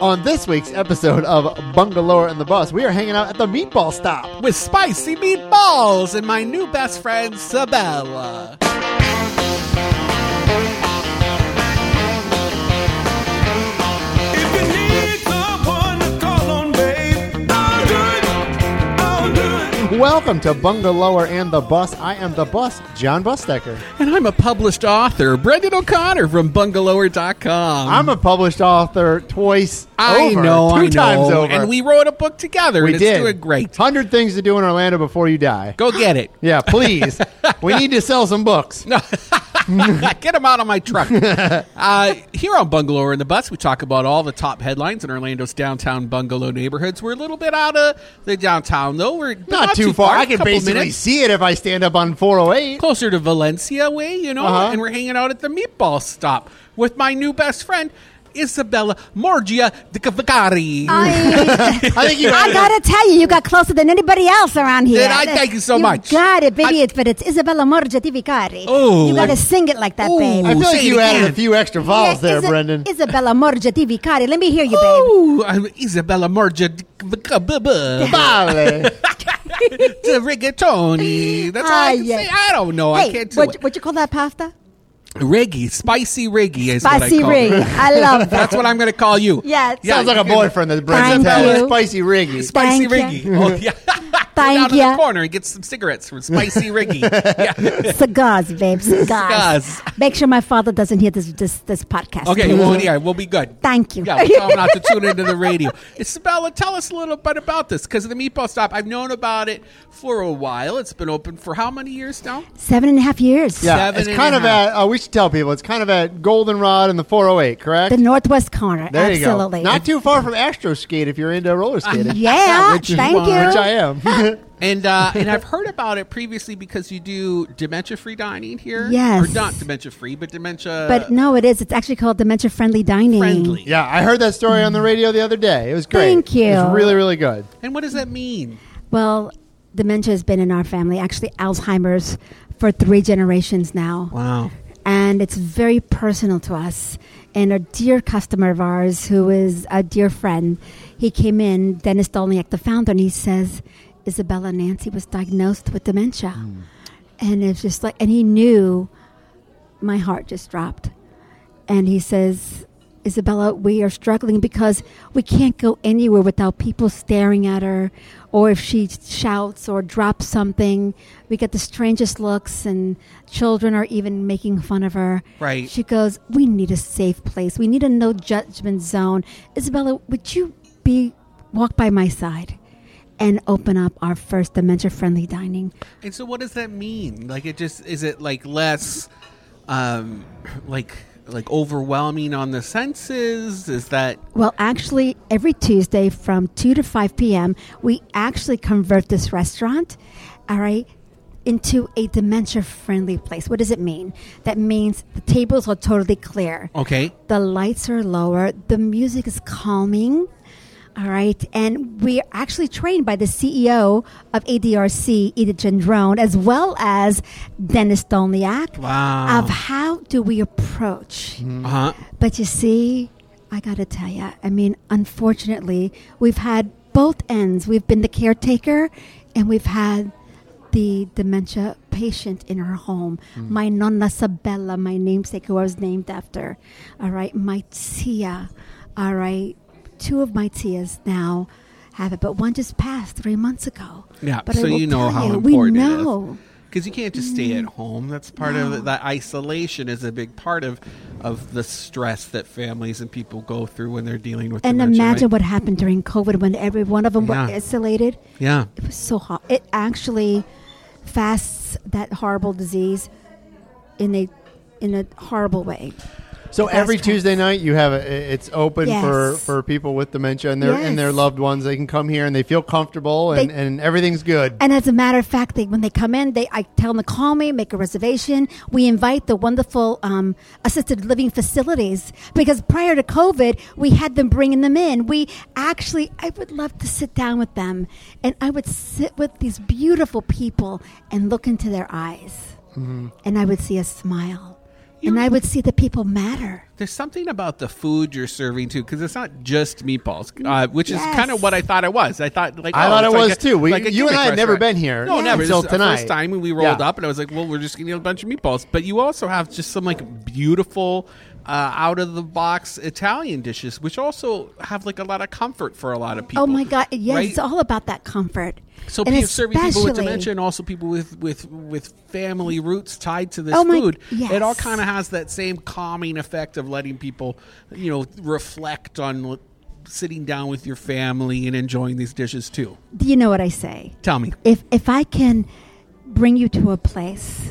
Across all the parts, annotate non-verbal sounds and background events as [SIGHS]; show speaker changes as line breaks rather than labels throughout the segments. On this week's episode of Bungalower and the Bus, we are hanging out at the meatball stop.
with spicy meatballs and my new best friend Sabella.
If you need someone to call on, babe, I'll do it. I'll do it.
Welcome to Bungalower and the Bus. I am the bus, John Bustecker.
And I'm a published author, Brendan O'Connor from bungalower.com.
I'm a published author twice
I
over,
know,
two
I know.
times over.
And we wrote a book together.
we
and
did.
It's doing great.
100 things to do in Orlando before you die.
Go
[LAUGHS]
get it.
Yeah, please. we need to sell some books.
No. Get him out of my truck. uh, here on Bungalow in the Bus, we talk about all the top headlines in Orlando's downtown bungalow neighborhoods. We're a little bit out of the downtown, though. We're but
Not, too far. I
a
can
couple
basically
minutes.
see it if I stand up on [LAUGHS] 408.
closer to Valencia way, you know,
Uh-huh.
and we're hanging out at the meatball stop with my new best friend, Isabella Morgia de Cavacari.
I,
I think you
[LAUGHS] I gotta tell you, you got closer than anybody else around here.
Then I thank you so much.
Got it, baby.
I-
it's, but it's Isabella Morgia di Vicari.
Oh.
you gotta sing it like that,
Ooh.
babe.
I feel
Say
like
it
you added a
again.
few extra vowels
Yeah,
there,
Isa-
Brendan.
Isabella Morgia di Vicari. Let me hear you, babe.
Ooh, I'm Isabella Morgia de
[LAUGHS]
Cavacari.
Vale.
The reggaetoni. That's all I
Ah,
can
yeah.
say. I don't know. I
hey,
can't do
what,
it.
what you call that pasta?
Reggae. Spicy reggae is what I
Spicy
call
ring.
it.
I love
[LAUGHS]
that.
That's what I'm going to call you.
Yeah, it
Sounds like a boyfriend that Brendan
Thank
tells
you.
spicy riggy.
Spicy
Thank
Riggy. Oh, yeah. [LAUGHS] Down
Thank
in the
you.
corner and get some cigarettes from Spicy
[LAUGHS]
Riggy. yeah.
Cigars, babe. Cigars.
Cigars.
Make sure my father doesn't hear this this, this podcast.
Okay, well, yeah, we'll be good.
Thank you.
Yeah, we'll tell them not to tune into the radio. [LAUGHS] Isabella, tell us a little bit about this because the meatball stop. I've known about it for a while. It's been open for how many years now?
Seven and a half years.
Yeah,
Seven
it's
and
kind
a
of
half.
at. Uh, we should tell people it's kind of at Goldenrod and the 408, correct?
The northwest corner.
there you
absolutely.
go. Not too far from Astro Skate if you're into roller skating.
[LAUGHS] yeah.
which is-
thank you.
Which I am. [LAUGHS]
And uh, and I've heard about it previously because you do dementia free dining here.
Yes.
or not dementia free, but dementia
But no, it is. It's actually called dementia friendly dining.
Uh, friendly.
yeah, I heard that story on the radio the other day. It was great.
Thank you.
It was really, really good.
And what does that mean?
Well, dementia has been in our family, actually Alzheimer's, for three generations now.
Wow.
And it's very personal to us. And a dear customer of ours, who is a dear friend, he came in, Dennis Dolniak, the founder, and he says, Isabella Nancy was diagnosed with dementia.
Hmm.
And it's just like, and he knew my heart just dropped. And he says, Isabella, we are struggling because we can't go anywhere without people staring at her. Or if she shouts or drops something, we get the strangest looks, and children are even making fun of her.
Right.
She goes, We need a safe place. We need a no judgment zone. Isabella, would you be walk by my side and open up our first dementia friendly dining?
And so, what does that mean? Like, it just is it like less, um, like like overwhelming on the senses? Is that
Well, actually, every Tuesday from 2 to 5 p.m., we actually convert this restaurant, all right, into a dementia friendly place. What does it mean? That means the tables are totally clear,
okay?
the lights are lower, the music is calming, all right, and we're actually trained by the CEO of ADRC, Edith Gendron, as well as Dennis Dolniak,
Wow.
of how do we approach.
Uh huh.
But you see, I gotta tell you, I mean, unfortunately, we've had both ends. We've been the caretaker, and we've had the dementia patient in her home.
Mm.
My nonna Sabella, my namesake, who I was named after. All right, my tia. All right, two of my tias now have it, but one just passed three months ago.
Yeah,
but I
so
will
you know
tell
how
you,
important
we
it is.
know. Mm.
Because you can't just stay at home. That's part of it. That isolation is a big part of of the stress that families and people go through when they're dealing with
And
dementia,
imagine
right?
what happened during COVID when every one of them were
Yeah.
isolated.
Yeah.
It was so hot. It actually fasts that horrible disease in a in a horrible way.
So
Fast
every
tracks.
Tuesday night you have a, it's open for,
Yes.
for people with dementia and their and their
Yes.
loved ones. They can come here and they feel comfortable and,
They-
and everything's good.
And as a matter of fact, they, when they come in, they I tell them to call me, make a reservation. We invite the wonderful um, assisted living facilities because prior to COVID, we had them bringing them in. We actually, I would love to sit down with them, and I would sit with these beautiful people and look into their eyes, and I would see a smile and I would see that people matter.
There's something about the food you're serving too, because it's not just meatballs, uh, which is
Yes.
kind of what I thought it was. I thought like
I
oh,
thought
it's
it
like
was
a-
too. We-
like a
you and I
gimmick
had never
restaurant.
been here
No, never.
until
this is the
tonight.
first time when we rolled
Yeah.
up, and I was like, well, we're just gonna eat a bunch of meatballs. But you also have just some like beautiful. Uh, out of the box Italian dishes, which also have like a lot of comfort for a lot of people.
Oh my God! Yes,
right?
it's all about that comfort.
So
And
people serving people with
especially-
dementia and also people with with with family roots tied to this
Oh my-
food. It all
yes.
kind of has that same calming effect of letting people, you know, reflect on l- sitting down with your family and enjoying these dishes too.
Do you know what I say?
Tell me.
if if I can bring you to a place,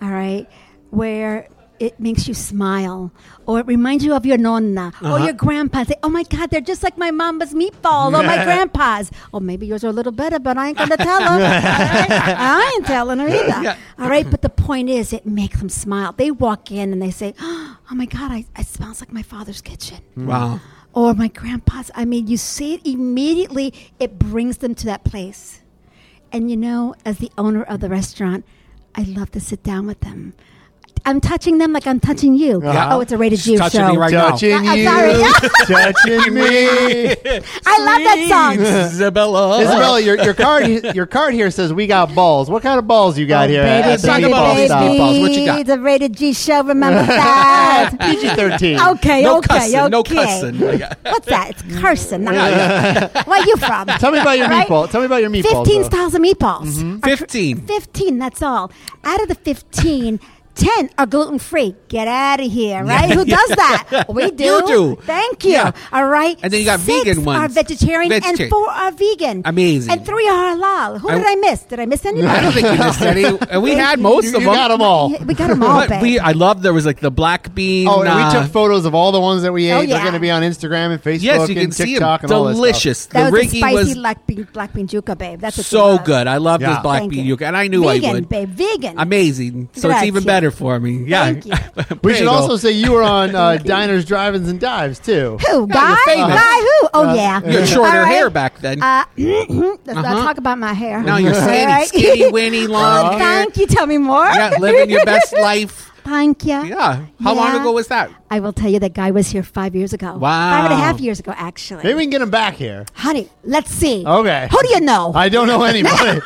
all right, where it makes you smile, or it reminds you of your nonna
Uh-huh.
or your grandpa. Say, "Oh my God, they're just like my mama's meatball
[LAUGHS]
or my grandpa's." Or maybe yours are a little better, but I ain't gonna tell her.
[LAUGHS]
I ain't telling her either.
Yeah.
All right, but the point is, it makes them smile. They walk in and they say, [GASPS] "Oh my God, I, I smells like my father's kitchen."
Wow.
or my grandpa's. I mean, you see it immediately, it brings them to that place. And you know, as the owner of the restaurant, I love to sit down with them. I'm touching them like I'm touching you.
Uh-huh.
Oh, it's a rated
She's
G
touching
show.
me right now.
Touching
I- Uh, I'm
you, [LAUGHS]
[LAUGHS]
touching me.
I love that song.
Isabella.
Isabella,
[LAUGHS]
your, your card your card here says we got balls. What kind of balls you got here?
Oh, baby,
at the
talk
baby,
meatball
about
baby.
these
stop?
[LAUGHS]
meatballs. What you got?
It's a rated G show.
[LAUGHS]
Remember that.
PG thirteen.
okay,
No
okay,
cussing,
okay.
no cussing.
What's that? It's cursing. Not Where you
[LAUGHS]
from?
Tell me about your
Right?
meatball. Tell me about your meatballs.
Fifteen
though. Mm-hmm.
styles of meatballs. Are cr-
15.
15, that's all. Out of the [LAUGHS] 15, 10 are gluten free. Get out of here, right? Who does that?
[LAUGHS]
We do.
You do.
Thank you.
Yeah.
All right.
And then you got
Six
vegan
are
ones.
vegetarian,
Vegetarian.
and four are vegan.
Amazing.
And three are halal. Who
I-
did I miss? Did I miss anybody?
I don't think we missed any.
[LAUGHS]
And [LAUGHS] we had most
You,
of them.
you got them all.
Yeah, we got them all,
But [LAUGHS]
babe.
we, I love there was like the black bean.
Oh, and
uh,
we took photos of all the ones that we ate.
Oh,
They're
yeah.
going to be on Instagram and Facebook
Yes, you can
and
see
TikTok
them.
and all this stuff.
Delicious.
that
the
was a
Ricky
spicy
was
black, bean, black bean juca, babe. That's what you
so
love.
good. I love this
Yeah.
black
Thank
bean
you.
yuca, and I knew
vegan,
I would.
babe. Vegan.
Amazing. So it's
Grazie.
even better for me. Yeah. [LAUGHS]
Thank you.
We should
Bagel.
also say you were on
[LAUGHS]
uh, Diners, Drive-Ins, and Dives too.
Who? Guy?
famous.
Guy who? Oh, yeah.
You had shorter
All right.
hair back then.
Uh, [CLEARS THROAT] let's
Uh-huh.
not talk about my hair.
now you're
All
skinny,
right? [LAUGHS]
skinny, winny, long hair.
Oh, thank you. Tell me more.
Yeah, living your
[LAUGHS]
best life.
Thank you.
Yeah. How long
Yeah.
ago was that?
I will tell you that guy was here five years ago.
Wow.
Five and a half years ago, actually.
Maybe we can get them back here.
Honey, let's see.
Okay.
Who do you know?
I don't know
[LAUGHS]
anybody.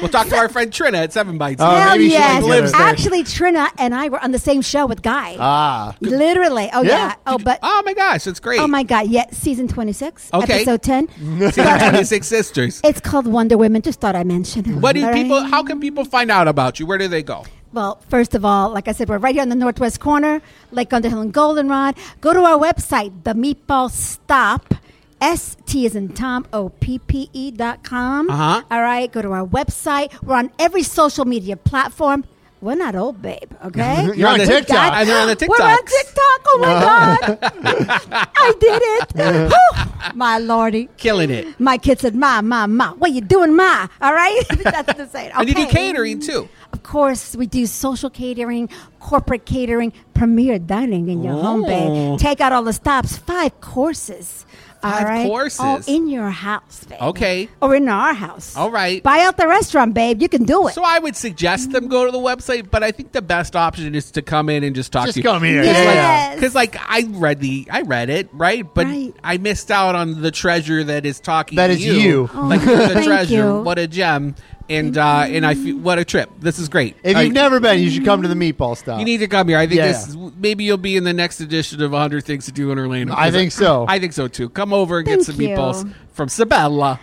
We'll talk to our friend Trina at Seven Bites.
Oh,
Hell
maybe she, like,
yes.
lives there.
actually, Trina and I were on the same show with Guy.
ah,
Literally. Oh,
Yeah.
yeah. Oh, but.
oh my gosh, that's great.
Oh my God! Yeah, season twenty-six,
Okay.
episode ten.
Season 26
[LAUGHS]
sisters.
It's called Wonder Women. Just thought I mentioned. it.
What do
All right?
people? How can people find out about you? Where do they go?
Well, first of all, like I said, we're right here on the northwest corner, Lake Underhill and Goldenrod. Go to our website, The Meatball Stop. S T is in Tom O P P E dot com.
Uh-huh.
All right, go to our website. We're on every social media platform. We're not old,
[LAUGHS]
babe. Okay,
You're on
We
TikTok.
got-
And they're on the
We're on
TikToks. Uh-huh.
TikTok. Oh my god, [LAUGHS] I did it!
[LAUGHS]
Whew. my lordy,
Killing it.
my kid said, "Ma, ma, ma, what you doing, ma?" All right,
[LAUGHS]
that's what they say.
And you do
Okay.
catering too.
Of course, we do social catering, corporate catering, premier dining in your home,
Oh.
babe. Take out all the stops, five courses.
Five
all right?
courses.
All in your house, babe.
Okay.
Or in our house.
All right.
Buy out the restaurant, babe. You can do it.
So I would suggest them go to the website, but I think the best option is to come in and just talk to
just
you.
come here.
Yes.
Because like I read the I read it right, but
Right.
I missed out on the treasure that is talking.
That
to
is you.
Oh,
like you're the
thank
treasure.
you.
What a gem! And uh, and I feel, what a trip. This is great.
If
All
you've
right.
never been, you should come to the meatball stop.
you need to come here. I think
Yeah.
this is, maybe you'll be in the next edition of 100 Things to Do in Orlando.
I think so.
[LAUGHS] I think so too. Come over and get
Thank
some
you.
meatballs from Sabella.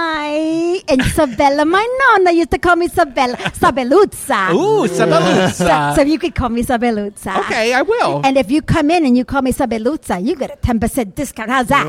I and Sabella, my nonna used to call
[LAUGHS]
me Sabella, Sabelluzza.
Ooh, Sabella.
So, so you could call me Sabelluzza.
okay, I will.
And if you come in and you call me Sabelluzza, you get a ten percent discount. How's
[LAUGHS]
that?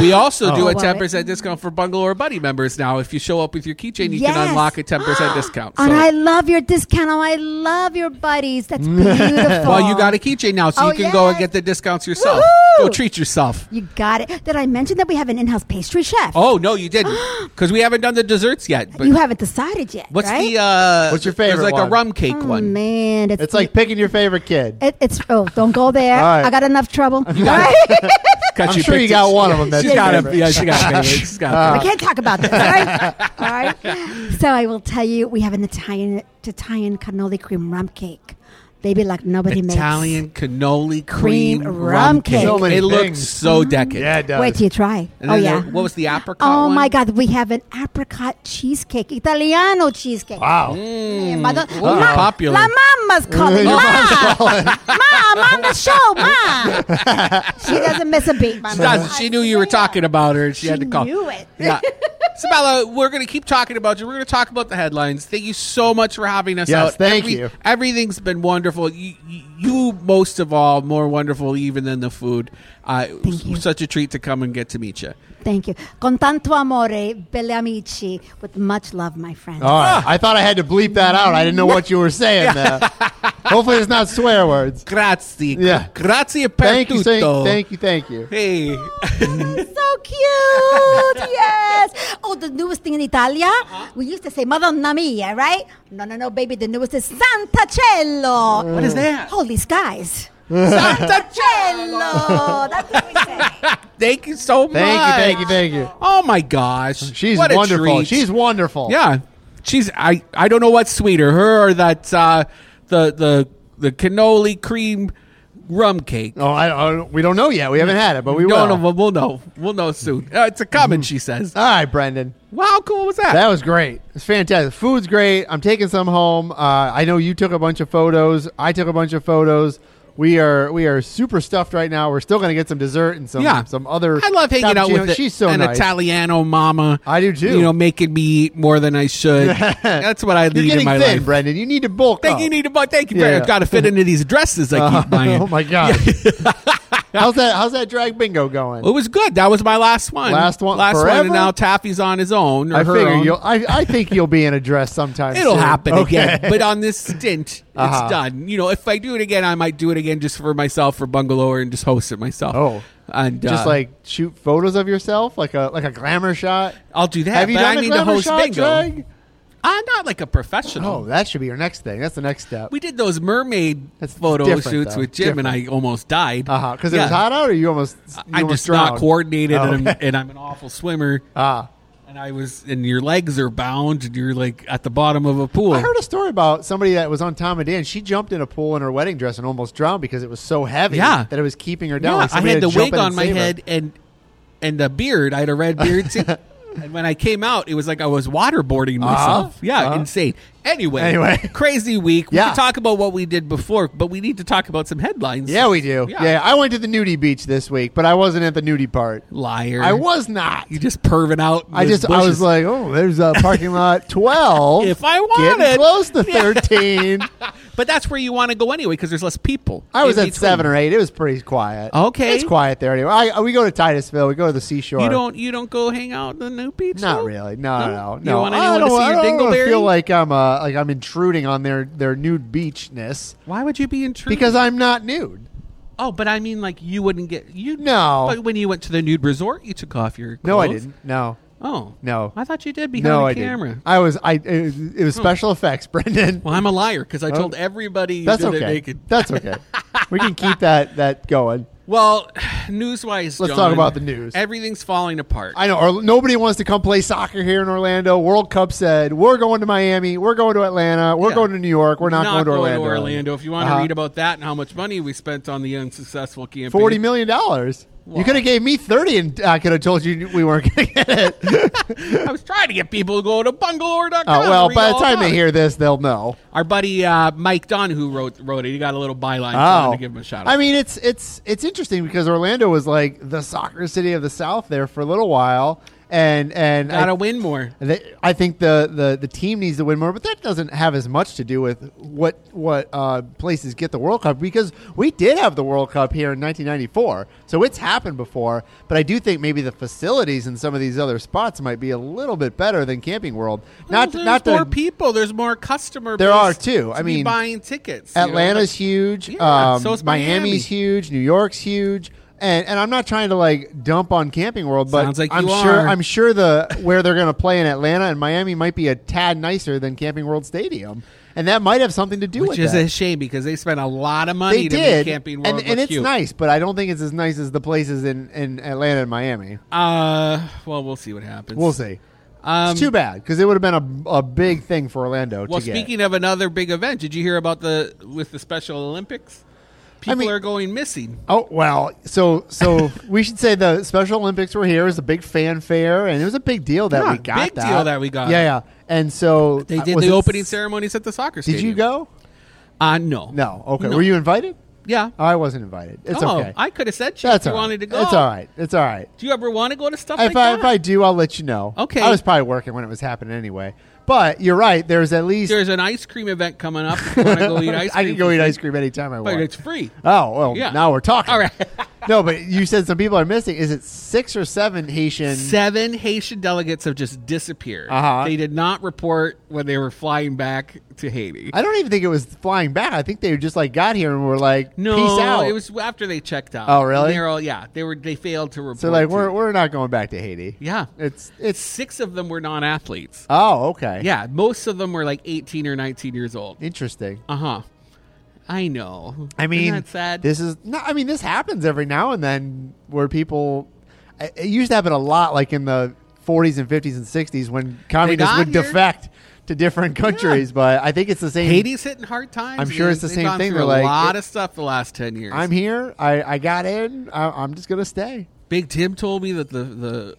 [LAUGHS]
we also do
Oh,
a
love
ten percent discount for Bungalow or Buddy members now. If you show up with your keychain, you can
Yes.
unlock a ten
[GASPS]
percent discount.
And
So-
I love your discount. Oh, I love your buddies.
[LAUGHS]
That's beautiful.
well, you got a keychain now, so
Oh,
you can go and
yes.
get the discounts yourself.
Woohoo!
Go treat yourself.
You got it. Did I mention that we have an in-house pastry chef?
Oh no, you
[GASPS]
didn't, because we haven't done the desserts yet. But
you haven't decided yet,
what's
right?
the uh,
What's your
There's
favorite
like a
one?
rum cake
oh,
one.
man, it's,
It's like picking your favorite kid.
it, it's. Oh, don't
[LAUGHS]
go there.
All right.
I got enough trouble. All right?
I'm sure you Uh, got one of them. That's
She's got
your
a
favorite.
yeah,
[LAUGHS]
she got a favorite. She's got a
[LAUGHS] we
favorite.
can't talk about this.
[LAUGHS]
All right? all right. So I will tell you, we have an Italian Italian cannoli cream rum cake. They be like nobody makes.
Italian cannoli cream,
Cream
rum
rum
cake.
cake. So
many
it looks
things.
so decadent.
Yeah, it does.
Wait till you try.
And
oh
then
yeah.
there- what was the apricot
Oh
one?
my God, we have an apricot cheesecake, Italiano cheesecake.
wow.
Mm.
Yeah, mother-
Well,
Ma-
popular.
La mama's calling.
Your
ma, ma, I'm on the show. Ma,
[LAUGHS]
she doesn't miss a beat. My mama.
She knew you were talking about her. and She,
She
had to call.
knew it.
Yeah.
[LAUGHS]
Sabella, we're going to keep talking about you. We're going to talk about the headlines. Thank you so much for having us
Yes,
out.
thank you.
Everything's been wonderful. You, you- you, most of all, more wonderful even than the food. Uh, it was
you.
Such a treat to come and get to meet you.
Thank you. Con tanto amore, belli amici. With much love, my friends.
Oh.
All right. I thought I had to bleep that out. I didn't know what you were saying
[LAUGHS]
there. Hopefully, it's not swear words.
Grazie.
Yeah.
Grazie per
Thank you,
tutto.
thank, thank you, thank you. [LAUGHS]
Hey.
so cute.
[LAUGHS]
Yes. Oh, the newest thing in Italia.
Uh-huh.
We used to say Madonna mia, right? No, no, no, baby. The newest is Santacello.
What is that?
Holy skies.
Santa Cielo.
Cello. That's what we say.
Thank you so much.
Thank you, thank you, thank you.
Oh my gosh.
She's
What a
wonderful.
treat.
She's wonderful.
Yeah, she's I I don't know what's sweeter, her or that uh, the the the cannoli cream rum cake.
Oh, I, I, we don't know yet. We haven't had it, but we will.
No, no, but we'll know. We'll know soon. Uh, it's a coming, she says.
All right, Brendan.
Wow, cool was that?
That was great. It's fantastic. Food's great. I'm taking some home. Uh, I know you took a bunch of photos. I took a bunch of photos. We are we are super stuffed right now. We're still going to get some dessert and some
yeah,
some other.
I love hanging out
cappuccino.
with the-
She's so
an
nice.
Italiano mama.
I do too.
You know, making me eat more than I should.
[LAUGHS]
That's what I
You're
need
getting
in my
thin,
life.
Brendan. You need to bulk
Thank
up.
you, need to buy. Thank you.
Yeah.
I've got to fit into these dresses [LAUGHS] I keep buying.
[LAUGHS] oh my god. how's that? How's that drag bingo going?
It was good. That was my last one.
Last one
Last one.
forever?
And now Taffy's on his own. Or
I
her
figure
own.
you'll. I, I think you'll be in a dress sometime.
It'll
soon.
happen
Okay.
again. But on this stint,
Uh-huh.
it's done. You know, if I do it again, I might do it again just for myself for bungalow and just host it myself.
Oh. [LAUGHS]
and
Just
uh,
like shoot photos of yourself, like a like a glamour shot.
I'll do that.
Have you
but
done
I
a
mean to
glamour
host
shot,
bingo.
drag?
I'm not like a professional.
Oh, that should be your next thing. That's the next step.
We did those mermaid
That's
photo
different,
shoots
though.
with Jim, and I almost died.
Uh huh. Because it
Yeah.
was hot out, or you almost you
I'm
almost
just
drowned?
not coordinated,
Oh,
and, I'm,
okay.
and I'm an awful swimmer.
Ah.
and I was, and your legs are bound, and you're like at the bottom of a pool.
I heard a story about somebody that was on Tom and Dan. She jumped in a pool in her wedding dress and almost drowned because it was so heavy
Yeah.
that it was keeping her down.
Yeah,
Like,
I
somebody
had the
to jump
wig
in and
on my
save her.
head and and the beard. I had a red
[LAUGHS]
beard too. and when I came out, it was like I was waterboarding myself. Yeah,
uh-huh.
insane. Anyway,
Anyway.
[LAUGHS] crazy week. We
Yeah.
can talk about what we did before, but we need to talk about some headlines.
Yeah, we do.
Yeah.
Yeah. I went to the nudie beach this week, but I wasn't at the nudie part.
liar.
I was not.
You just perving out. in
I
those
just I was
bushes.
like, oh, there's a parking lot
[LAUGHS]
twelve.
If I
getting
wanted.
close
[LAUGHS]
to thirteen.
but that's where you want to go anyway because there's less people.
I was
in
at
between.
seven or eight. It was pretty quiet.
Okay.
it's quiet there anyway. I, we go to Titusville. We go to the seashore.
You don't. You don't go hang out in the new beach.
Not
though?
really. No, no, no.
You want
I
anyone to
don't-
see your
I don't wanna
dingleberry?
feel like I'm uh, like I'm intruding on their their nude
[LAUGHS]
beachness
Why would you be intrigued?
because I'm not nude.
Oh, but I mean, like you wouldn't get you.
No.
but when you went to the nude resort, you took off your. Clothes.
No, I didn't. No.
Oh
No.
I thought you did behind
No,
the
I
camera. Hmm.
didn't. I was I it was, it was special effects, [LAUGHS] Brendan.
Well, I'm a liar because I told
Oh.
everybody you
That's
did it
okay.
naked.
That's okay. We can keep that that going.
Well, [SIGHS] news-wise,
Let's
John,
talk about the news.
Everything's falling apart.
I know or, nobody wants to come play soccer here in Orlando. World Cup said we're going to Miami, we're going to Atlanta, we're
Yeah.
going to New York, we're not, going to Orlando.
Orlando. If you want to
Uh-huh.
read about that and how much money we spent on the unsuccessful campaign,
Forty million dollars.
Wow.
You could have gave me thirty, and I could have told you we weren't going to get it. [LAUGHS]
I was trying to get people to go to bungalow.com.
Oh well,
to read
by the
all
time
about
they
it.
hear this, they'll know.
our buddy uh, Mike Dunn, who wrote wrote it, he got a little byline. so
Oh,
I wanted to give him a shout. out.
I mean, it's it's it's interesting because Orlando was like the soccer city of the South there for a little while, and and
gotta
I,
win more.
they- I think the, the the team needs to win more, but that doesn't have as much to do with what what uh, places get the World Cup because we did have the World Cup here in 1994, so it's happened before. But I do think maybe the facilities in some of these other spots might be a little bit better than Camping World. Not
there's
not
more
to
people. There's more customer.
There
base
are, too.
to
I
be
mean,
buying tickets. you know,
Atlanta's
like-
huge.
Yeah,
um,
so is
Miami's
Miami.
huge. New York's huge. And, and I'm not trying to like dump on Camping World, but
Sounds like
I'm
you
sure
are.
I'm sure the where they're going to play in Atlanta and Miami might be a tad nicer than Camping World Stadium, and that might have something to do with
which is
that.
a shame because they spent a lot of money
they
to
did,
make Camping World
and,
look
and it's
cute.
nice, but I don't think it's as nice as the places in, in Atlanta and Miami.
Uh, well, we'll see what happens.
We'll see.
Um,
it's too bad because it would have been a, a big thing for Orlando
Well,
to get.
speaking of another big event, did you hear about the with the Special Olympics? People
mean-
are going missing.
Oh well, so so [LAUGHS] we should say the Special Olympics were here. It was a big fanfare, and it was a big deal that
Yeah,
we got.
big deal that we got.
Yeah, yeah. And so
They
uh,
did
was
the
it-
opening ceremonies at the soccer
Did
stadium.
you go?
Uh, no.
No. Okay. Were you invited?
Yeah.
I wasn't invited. It's
oh,
okay.
I could have said shit
That's
if
all
you
right.
wanted to go.
It's all right. It's all right.
Do you ever want to go to stuff
if
like
I
that?
if I do, I'll let you know.
Okay.
I was probably working when it was happening anyway. But you're right. There's at least
There's an ice cream event coming up. If you want to go
[LAUGHS]
eat ice cream?
I can go eat ice cream anytime I
But
want.
it's free.
Oh well,
Yeah.
now we're talking.
All right.
[LAUGHS] no, but you said some people are missing. Is it six or seven Haitian?
Seven Haitian delegates have just disappeared.
Uh-huh.
They did not report when they were flying back to Haiti.
I don't even think it was flying back. I think they just like got here and were like,
no,
peace out.
it was after they checked out.
Oh, really?
They're all yeah. They were they failed to report.
so like
to-
we're we're not going back to Haiti.
yeah.
It's it's
Six of them were non-athletes.
oh okay
Yeah, most of them were like 18 or 19 years old.
interesting.
Uh huh. I know.
I mean,
Isn't that sad.
This is no. I mean, this happens every now and then where people. I- It used to happen a lot, like in the 40s and 50s and 60s when communists
got
would
here.
defect to different countries. But I think it's the same.
Haiti's hitting hard times.
I'm sure
man.
it's the
They've
same
gone
thing.
through
They're
a
like,
lot
it-
of stuff the last 10 years.
I'm here. I, I got in. I, I'm just gonna stay.
Big Tim told me that the the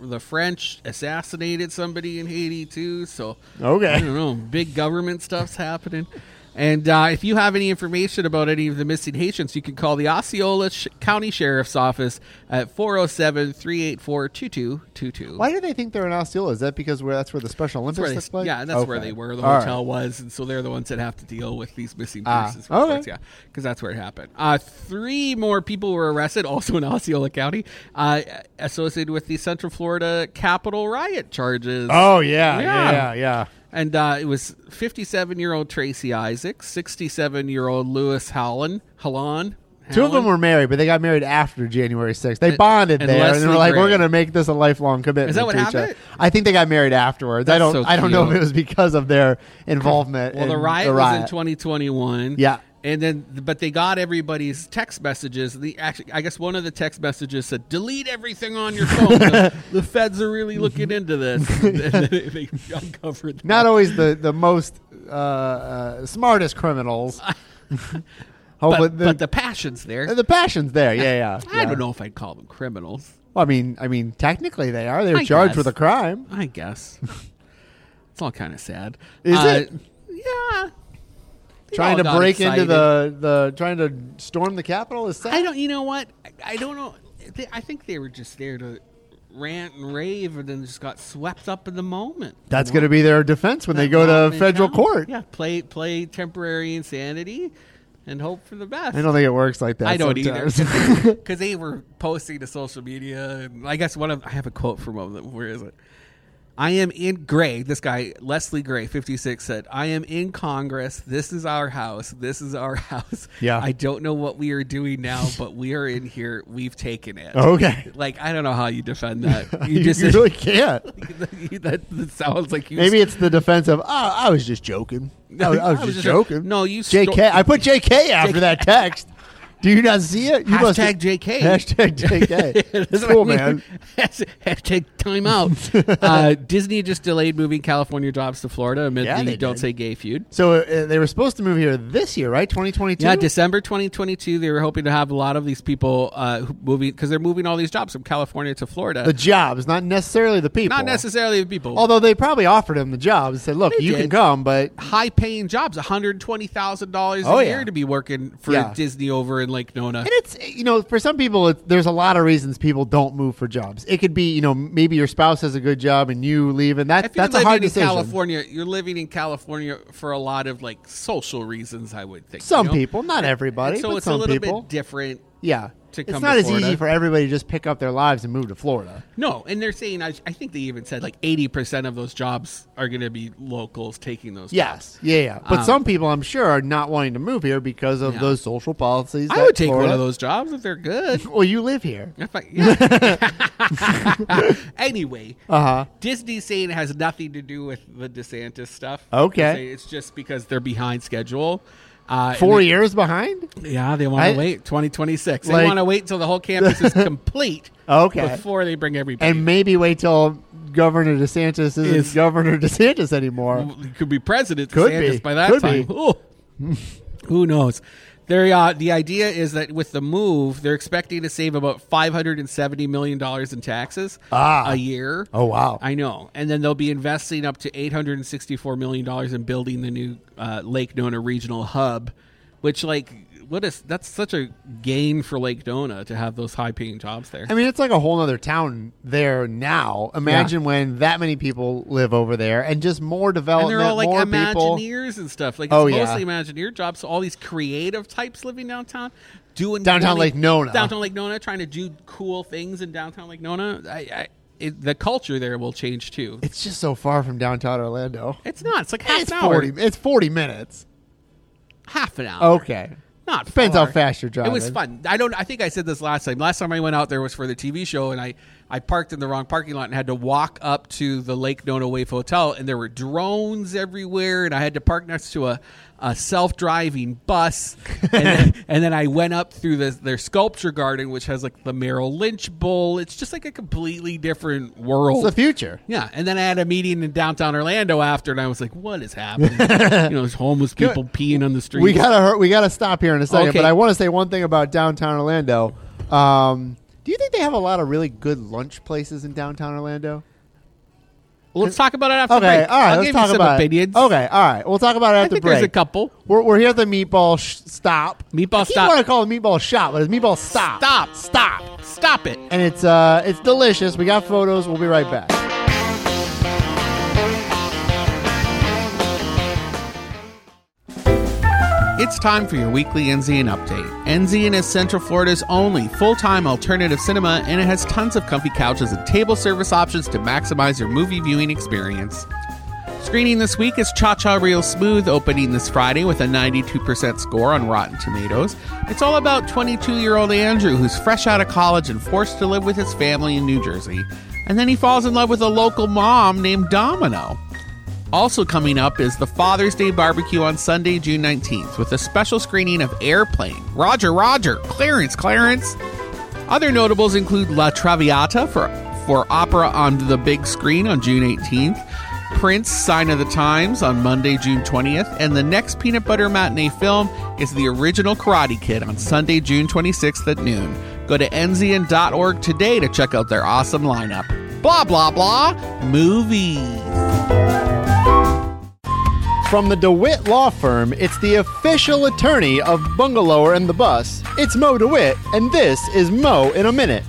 the French assassinated somebody in Haiti too. So
Okay.
I don't know. Big government stuff's happening. And uh, if you have any information about any of the missing Haitians, you can call the Osceola Sh- County Sheriff's Office at 407 384 2222.
Why do they think they're in Osceola? Is that because where that's where the Special Olympics
That's where
took
they-
place?
Yeah, that's where
Okay.
they were. The
All right.
hotel was, and so they're the ones that have to deal with these missing
Ah,
persons.
okay.
reports, yeah, because that's where it happened. Uh, three more people were arrested, also in Osceola County, uh, associated with the Central Florida Capitol riot charges.
Oh yeah,
Yeah.
yeah, yeah. yeah.
And uh, it was 57-year-old Tracy Isaacs, 67-year-old Lewis Howland, Howland.
Two of them were married, but they got married after January 6th. They bonded
Uh, and
there, and they
Leslie
were like, "We're
Gray.
going to make this a lifelong commitment."
Is that what
to each other."
happened?
I think they got married afterwards. I
That's
don't.
so
I don't know if
cute.
it was because of their involvement.
Well,
in
the riot, was in
riot.
2021.
Yeah.
And then, but they got everybody's text messages. The actually, I guess one of the text messages said, "Delete everything on your
[LAUGHS]
phone. the, the feds are really looking into this." And then they, they uncovered that.
Mm-hmm. Not always the the most uh, uh, smartest
[LAUGHS]
criminals.
but,
Hopefully,
but,
the, uh,
the passion's there.
the passion's there. Yeah, yeah.
[LAUGHS] I
yeah.
don't know if I'd call them criminals.
Well, I mean, I mean, technically they are. They're
I
charged
guess.
with a crime. [LAUGHS]
I guess it's all kind of sad. Uh,
Is it?
Yeah. They all
Trying to
got
break into
excited.
the the trying to storm the Capitol is sad.
I don't. You know what? I, I don't know. They, I think they were just there to rant and rave, and then just got swept up in the moment.
That's going to be their defense when they go to federal court.
Yeah, play play temporary insanity, and hope for the best.
I don't think it works like that.
I don't
sometimes. [LAUGHS]
[LAUGHS] either because they were posting to social media. And I guess one of I have a quote from one of them. Where is it? I am in Gray. This guy Leslie Gray, fifty six, said, "I am in Congress. This is our house. This is our [LAUGHS] house.
Yeah.
I don't know what we are doing now, but we are in here. We've taken it.
Okay.
Like I don't know how you
[LAUGHS]
defend that.
Oh. You,
You just
you really can't.
[LAUGHS] that, that sounds like you.
Maybe it's the defense of, oh, I was just joking. I,
[LAUGHS]
was- I was just joking.
no, you sto-
JK. I put JK after that text. Do you not see it? You
Hashtag
[LAUGHS]
JK.
Hashtag JK.
[LAUGHS] That's
It's
what
cool,
I mean.
man.
Has- [LAUGHS] Hashtag
[LAUGHS]
timeout. uh, Disney just delayed moving California jobs to Florida amid
Yeah,
the
they
Don't
did.
Say Gay feud.
So uh, they were supposed to move here this year, right? 2022?
Yeah, December 2022, they were hoping to have a lot of these people uh, who- moving because they're moving all these jobs from California to Florida.
the jobs, not necessarily the people.
Not necessarily the people.
Although they probably offered him the job and said, look,
They
you can
did.
come, but
high paying jobs, $120,000 a
Oh,
year
yeah.
to be working for
Yeah.
Disney over in Lake Nona.
And it's you know for some people it, there's a lot of reasons people don't move for jobs. It could be you know maybe your spouse has a good job and you leave and that
If you're
that's a
living
hard
in
decision.
California, you're living in California for a lot of like social reasons, I would think. you
Some
know?
people, not everybody,
so
but
it's
some
a little
people.
bit different.
yeah,
to
it's
come
not
to
as
Florida.
easy for everybody to just pick up their lives and move to Florida.
No, and they're saying I, I think they even said like eighty percent of those jobs are going to be locals taking those. jobs.
Yes, yeah, yeah. But
Um,
some people, I'm sure, are not wanting to move here because of
Yeah.
those social policies.
I
that
would take
Florida-
one of those jobs if
[LAUGHS]
they're good.
Well, you live here.
If I-
[LAUGHS]
yeah. anyway,
Uh huh.
Disney saying it has nothing to do with the DeSantis stuff.
Okay.
They say it's just because they're behind schedule. Uh, and
Four
they-
years behind.
Yeah, they want
I-
to wait twenty twenty six. They
Like- [LAUGHS]
want to wait till the whole campus is complete.
Okay.
before they bring everybody.
and maybe wait till Governor DeSantis isn't
Is-
Governor [LAUGHS] DeSantis anymore.
He could be president
Could
DeSantis
be.
by that
Could
time.
be.
Ooh. [LAUGHS] Who knows? There, uh, the idea is that with the move, they're expecting to save about five hundred and seventy million dollars in taxes
Ah.
a year.
Oh wow!
I know, and then they'll be investing up to eight hundred and sixty-four million dollars in building the new uh, Lake Nona regional hub, which, like, what is that's such a gain for Lake Nona to have those high-paying jobs there.
I mean, it's like a whole other town there now. Imagine when that many people live over there, and just more
and
development,
they're all like
Oh, more people.
Imagineers and stuff. Like it's
Oh, yeah.
mostly Imagineer jobs. So all these creative types living downtown, doing
Downtown
really-
Lake Nona.
downtown Lake Nona, trying to do cool things in downtown Lake Nona. I, I, it, the culture there will change too.
It's just so far from downtown Orlando.
It's not. It's like half
it's
an
forty.
hour.
It's forty minutes.
Half an hour.
Okay.
Not
Depends
far.
how fast you're
It was
driving.
fun. I don't. I think I said this last time. Last time I went out there was for the TV show, and I I parked in the wrong parking lot and had to walk up to the Lake Nona Wave Hotel, and there were drones everywhere, and I had to park next to a, a self driving bus,
[LAUGHS]
and then, and then I went up through the, their sculpture garden, which has like the Merrill Lynch Bowl. It's just like a completely different world.
It's the future.
[LAUGHS] Yeah, and then I had a meeting in downtown Orlando after, and I was like, "What
[LAUGHS]
is happening? you know, there's homeless people peeing on the street."
We gotta hur- we gotta stop here in a second,
Okay.
but I want to say one thing about downtown Orlando. Um, do you think they have a lot of really good lunch places in downtown Orlando?
Let's talk about it after
Okay,
the break.
all right,
I'll
let's
give
talk
you some
about it.
opinions.
Okay, all right, we'll talk about it
I
after
think
break.
there's a couple.
We're, we're here at the meatball sh- stop.
Meatball
I
stop.
want to call it meatball shop, but it's meatball stop.
Stop.
Stop.
Stop it.
And it's uh, it's delicious. We got photos. We'll be right back.
It's time for your weekly Enzian update. Enzian is Central Florida's only full time alternative cinema, and it has tons of comfy couches and table service options to maximize your movie viewing experience. Screening this week is Cha Cha Real Smooth, opening this Friday with a 92% score on Rotten Tomatoes. It's all about 22 year old Andrew who's fresh out of college and forced to live with his family in New Jersey. And then he falls in love with a local mom named Domino. Also coming up is the Father's Day barbecue on Sunday, June 19th, with a special screening of Airplane, Roger Roger, Clarence Clarence. Other notables include La Traviata for, for opera on the big screen on June 18th, Prince, Sign of the Times on Monday, June 20th, and the next Peanut Butter Matinee film is the original Karate Kid on Sunday, June 26th at noon. Go to enzian.org today to check out their awesome lineup. Blah, blah, blah, movies.
From the DeWitt Law Firm, it's the official attorney of Bungalower and the Bus. It's Mo DeWitt, and this is Mo in a Minute.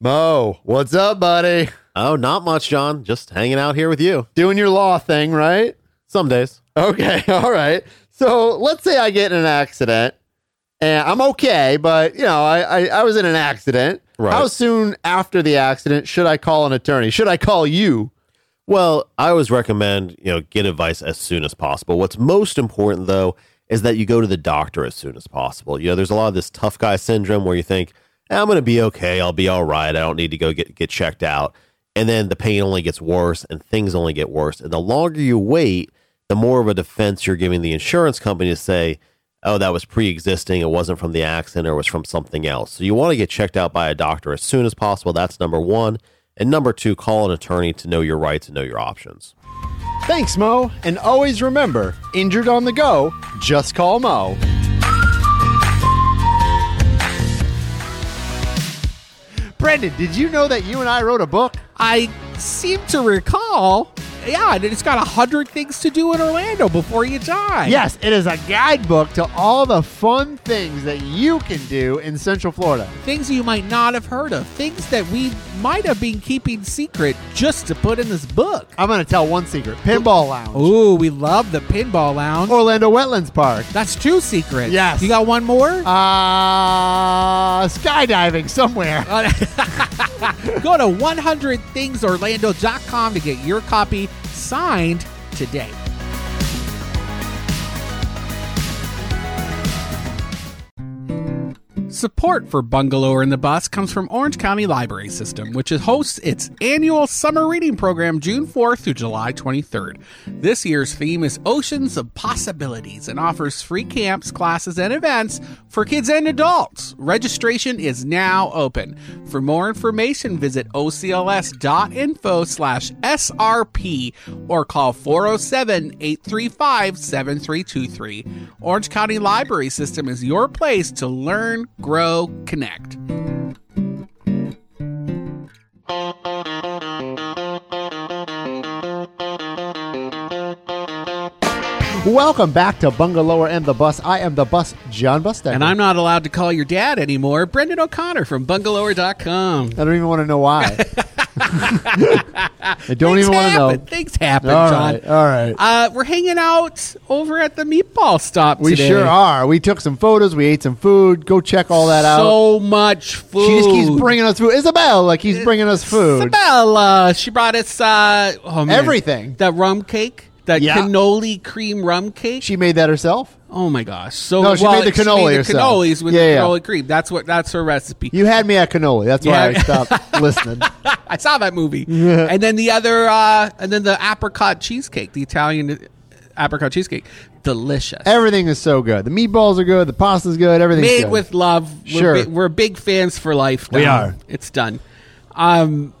Mo, what's up, buddy?
Oh, not much, John. Just hanging out here with you.
Doing your law thing, right?
Some days.
Okay, [LAUGHS] all right. So let's say I get in an accident and I'm okay, but you know, I, I, I was in an accident.
Right.
How soon after the accident should I call an attorney? Should I call you?
Well, I always recommend, you know, get advice as soon as possible. What's most important though is that you go to the doctor as soon as possible. You know, there's a lot of this tough guy syndrome where you think, "Eh, I'm going to be okay. I'll be all right. I don't need to go get get checked out. And then the pain only gets worse and things only get worse. And the longer you wait, the more of a defense you're giving the insurance company to say, oh, that was pre existing. It wasn't from the accident or it was from something else. So you want to get checked out by a doctor as soon as possible. That's number one. And number two, call an attorney to know your rights and know your options.
Thanks, Mo. And always remember injured on the go, just call Mo. Brendan, did you know that you and I wrote a book?
I seem to recall, yeah, and it's got a hundred things to do in Orlando before you die.
Yes, it is a guidebook to all the fun things that you can do in Central Florida.
things you might not have heard of, things that we might have been keeping secret just to put in this book.
I'm going to tell one secret Pinball Lounge,
Ooh, we love the pinball lounge.
Orlando Wetlands Park,
That's two secrets.
Oh. Yes.
you got one more.
uh, skydiving somewhere.
[LAUGHS] Go to 100thingsorlando.com to get your copy signed today. Support for Bungalower in the Bus comes from Orange County Library System, which hosts its annual summer reading program June 4th through July 23rd. This year's theme is Oceans of Possibilities and offers free camps, classes, and events for kids and adults. Registration is now open. For more information, visit ocls.info slash SRP or call 407 835 7323. Orange County Library System is your place to learn, grow, connect.
Welcome back to Bungalower and the Bus. I am the bus, John Bustecker.
And I'm not allowed to call your dad anymore. Brendan O'Connor from bungalower.com.
I don't even want to know
[LAUGHS]
why. I don't
Things
even want to
happen.
know.
Things happen,
All
John.
right, all right.
Uh, we're hanging out over at the meatball stop
We
today.
sure are. We took some photos. We ate some food. Go check all that out.
So much food.
She just keeps bringing us food. Isabel, like, he's bringing us food.
Isabella, she brought us uh, oh, man.
Everything.
That rum cake, that
Yeah.
cannoli cream rum cake.
She made that herself.
oh my gosh! So
No, she
well,
made the cannoli herself.
cannolis with
Yeah,
the
yeah.
cannoli cream. That's what. That's her recipe.
You had me at cannoli. That's why
Yeah.
I stopped
[LAUGHS]
listening.
I saw that movie. And then the other, uh, and then the apricot cheesecake, the Italian uh, apricot cheesecake, delicious.
Everything is so good. The meatballs are good. The pasta's good. Everything's
Made
good.
with love. We're,
Sure.
bi- we're big fans for life.
We
now.
are.
It's done. Um,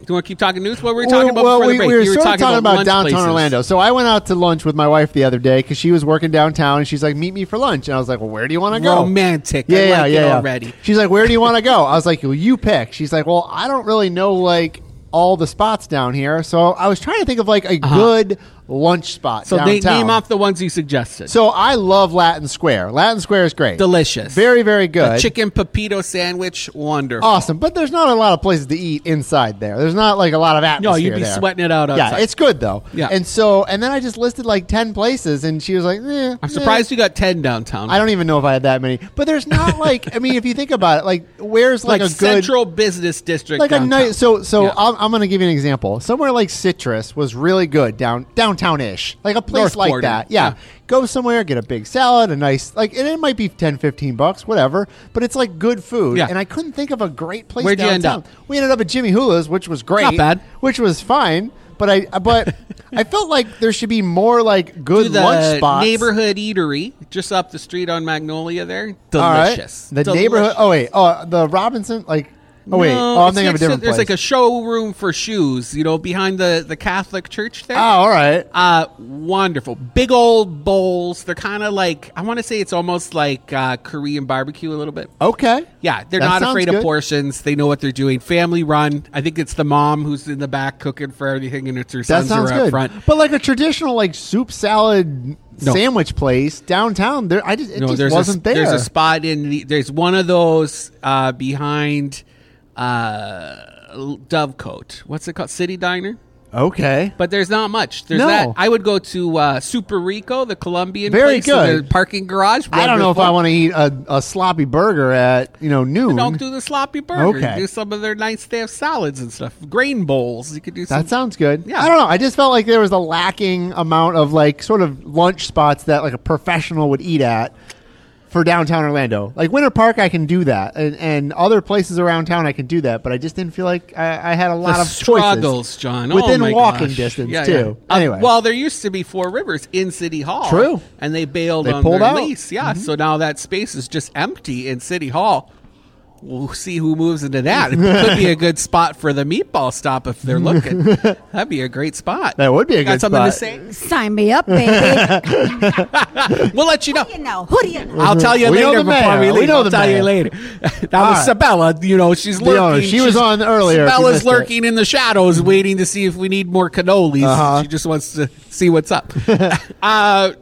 do you want to keep talking news? What were we talking about
well,
before
we,
the break?
we were
you
sort of talking about,
lunch
downtown
places.
Orlando. So I went out to lunch with my wife the other day because she was working downtown, and she's like, "Meet me for lunch." And I was like, "Well, where do you want to go?"
Romantic. I like it already.
She's like, "Where do you want to go?" I was like, "Well, you pick." She's like, "Well, I don't really know like all the spots down here." So I was trying to think of like a good lunch spot
Uh-huh. So they
downtown.
name off the ones you suggested.
so I love Latin Square. Latin Square is great.
Delicious.
Very, very good. Oh,
The chicken pepito sandwich, wonderful.
awesome. But there's not a lot of places to eat inside there. There's not like a lot of atmosphere.
No, you'd be
there.
sweating it out outside.
Yeah, it's good though.
Yeah.
And so, and then I just listed like ten places, and she was like, eh,
I'm surprised you got 10 downtown.
I don't even know if I had that many. But there's not like, I mean, if you think about it, like where's like,
like,
a good
central business district.
like
downtown.
a nice. So so
Yeah.
I'm, I'm going to give you an example. Somewhere like Citrus was really good down downtown ish, like a place
North
like
Gordon.
that. Yeah.
Yeah.
go somewhere, get a big salad, a nice like, and it might be 10, 15 bucks, whatever. But it's like good food.
Yeah.
And I couldn't think of a great place.
Where'd you end
downtown.
up?
We ended up at Jimmy Hula's, which was great,
Not bad.
which was fine. But I
[LAUGHS]
but I felt like there should be more like
Do
good
the
lunch spots.
neighborhood eatery just up the street on Magnolia there.
All right.
Delicious.
The neighborhood. Oh wait. Oh, the Robinson. Like. Oh wait.
No,
oh, I'm
it's
thinking of a
next to-
different
There's
place.
like a showroom for shoes, you know, behind the, the Catholic church there.
oh, all right.
Uh, wonderful. Big old bowls. They're kind of like, I want to say it's almost like uh, Korean barbecue a little bit.
Okay.
Yeah, they're
That
not
sounds
afraid of
good.
portions. They know what they're doing. Family run. I think it's the mom who's in the back cooking for everything, and it's her
That
sons who
sounds
are
good.
up front.
But like a traditional like soup salad
No.
sandwich place downtown, there I just it
no,
just
there's
wasn't
a,
there.
There's a spot in the. There's one of those uh, behind uh, Dovecote. What's it called? City Diner.
okay.
But there's not much. There's
No.
that. I would go to uh, Super Rico, the Colombian
Very
place, in their
good.
parking garage.
I don't know if
Wonderful.
I want to eat a, a sloppy burger at you know noon.
Don't do the sloppy burger.
Okay.
Do some of their nice they have salads and stuff. Grain bowls. You could do some
that sounds good.
Yeah.
I don't know. I just felt like there was a lacking amount of like sort of lunch spots that like a professional would eat at for downtown Orlando. Like Winter Park, I can do that, and, and other places around town, I can do that. But I just didn't feel like I, I had a lot
the
of
struggles,
choices
John. Oh
within
my
walking
gosh.
distance
Yeah,
too.
yeah. Uh,
Anyway,
well, there used to be Four Rivers in City Hall.
True.
and they bailed
They
on
pulled
their
out. Mm-hmm.
lease. Yeah, so now that space is just empty in City Hall. We'll see who moves
[LAUGHS]
into that. It could be a good spot for the meatball stop if
[LAUGHS]
they're looking. That'd be a great spot.
That would be a
Got
good
something
spot.
to
Sign me up, baby.
say? We'll let you know.
[LAUGHS] you know, who do you know?
I'll tell you
Mm-hmm. We know
later
the
before
mayor.
we leave.
We know
I'll
the
tell you
mayor. [LAUGHS]
later. That was Sabella. You know, she's
The owner.
lurking.
She was
She's-
on earlier, if you
Sabella's
missed it. Mm-hmm.
lurking in the shadows, waiting to see if we need more cannolis.
Uh-huh.
She just wants to see
[LAUGHS]
what's up. uh,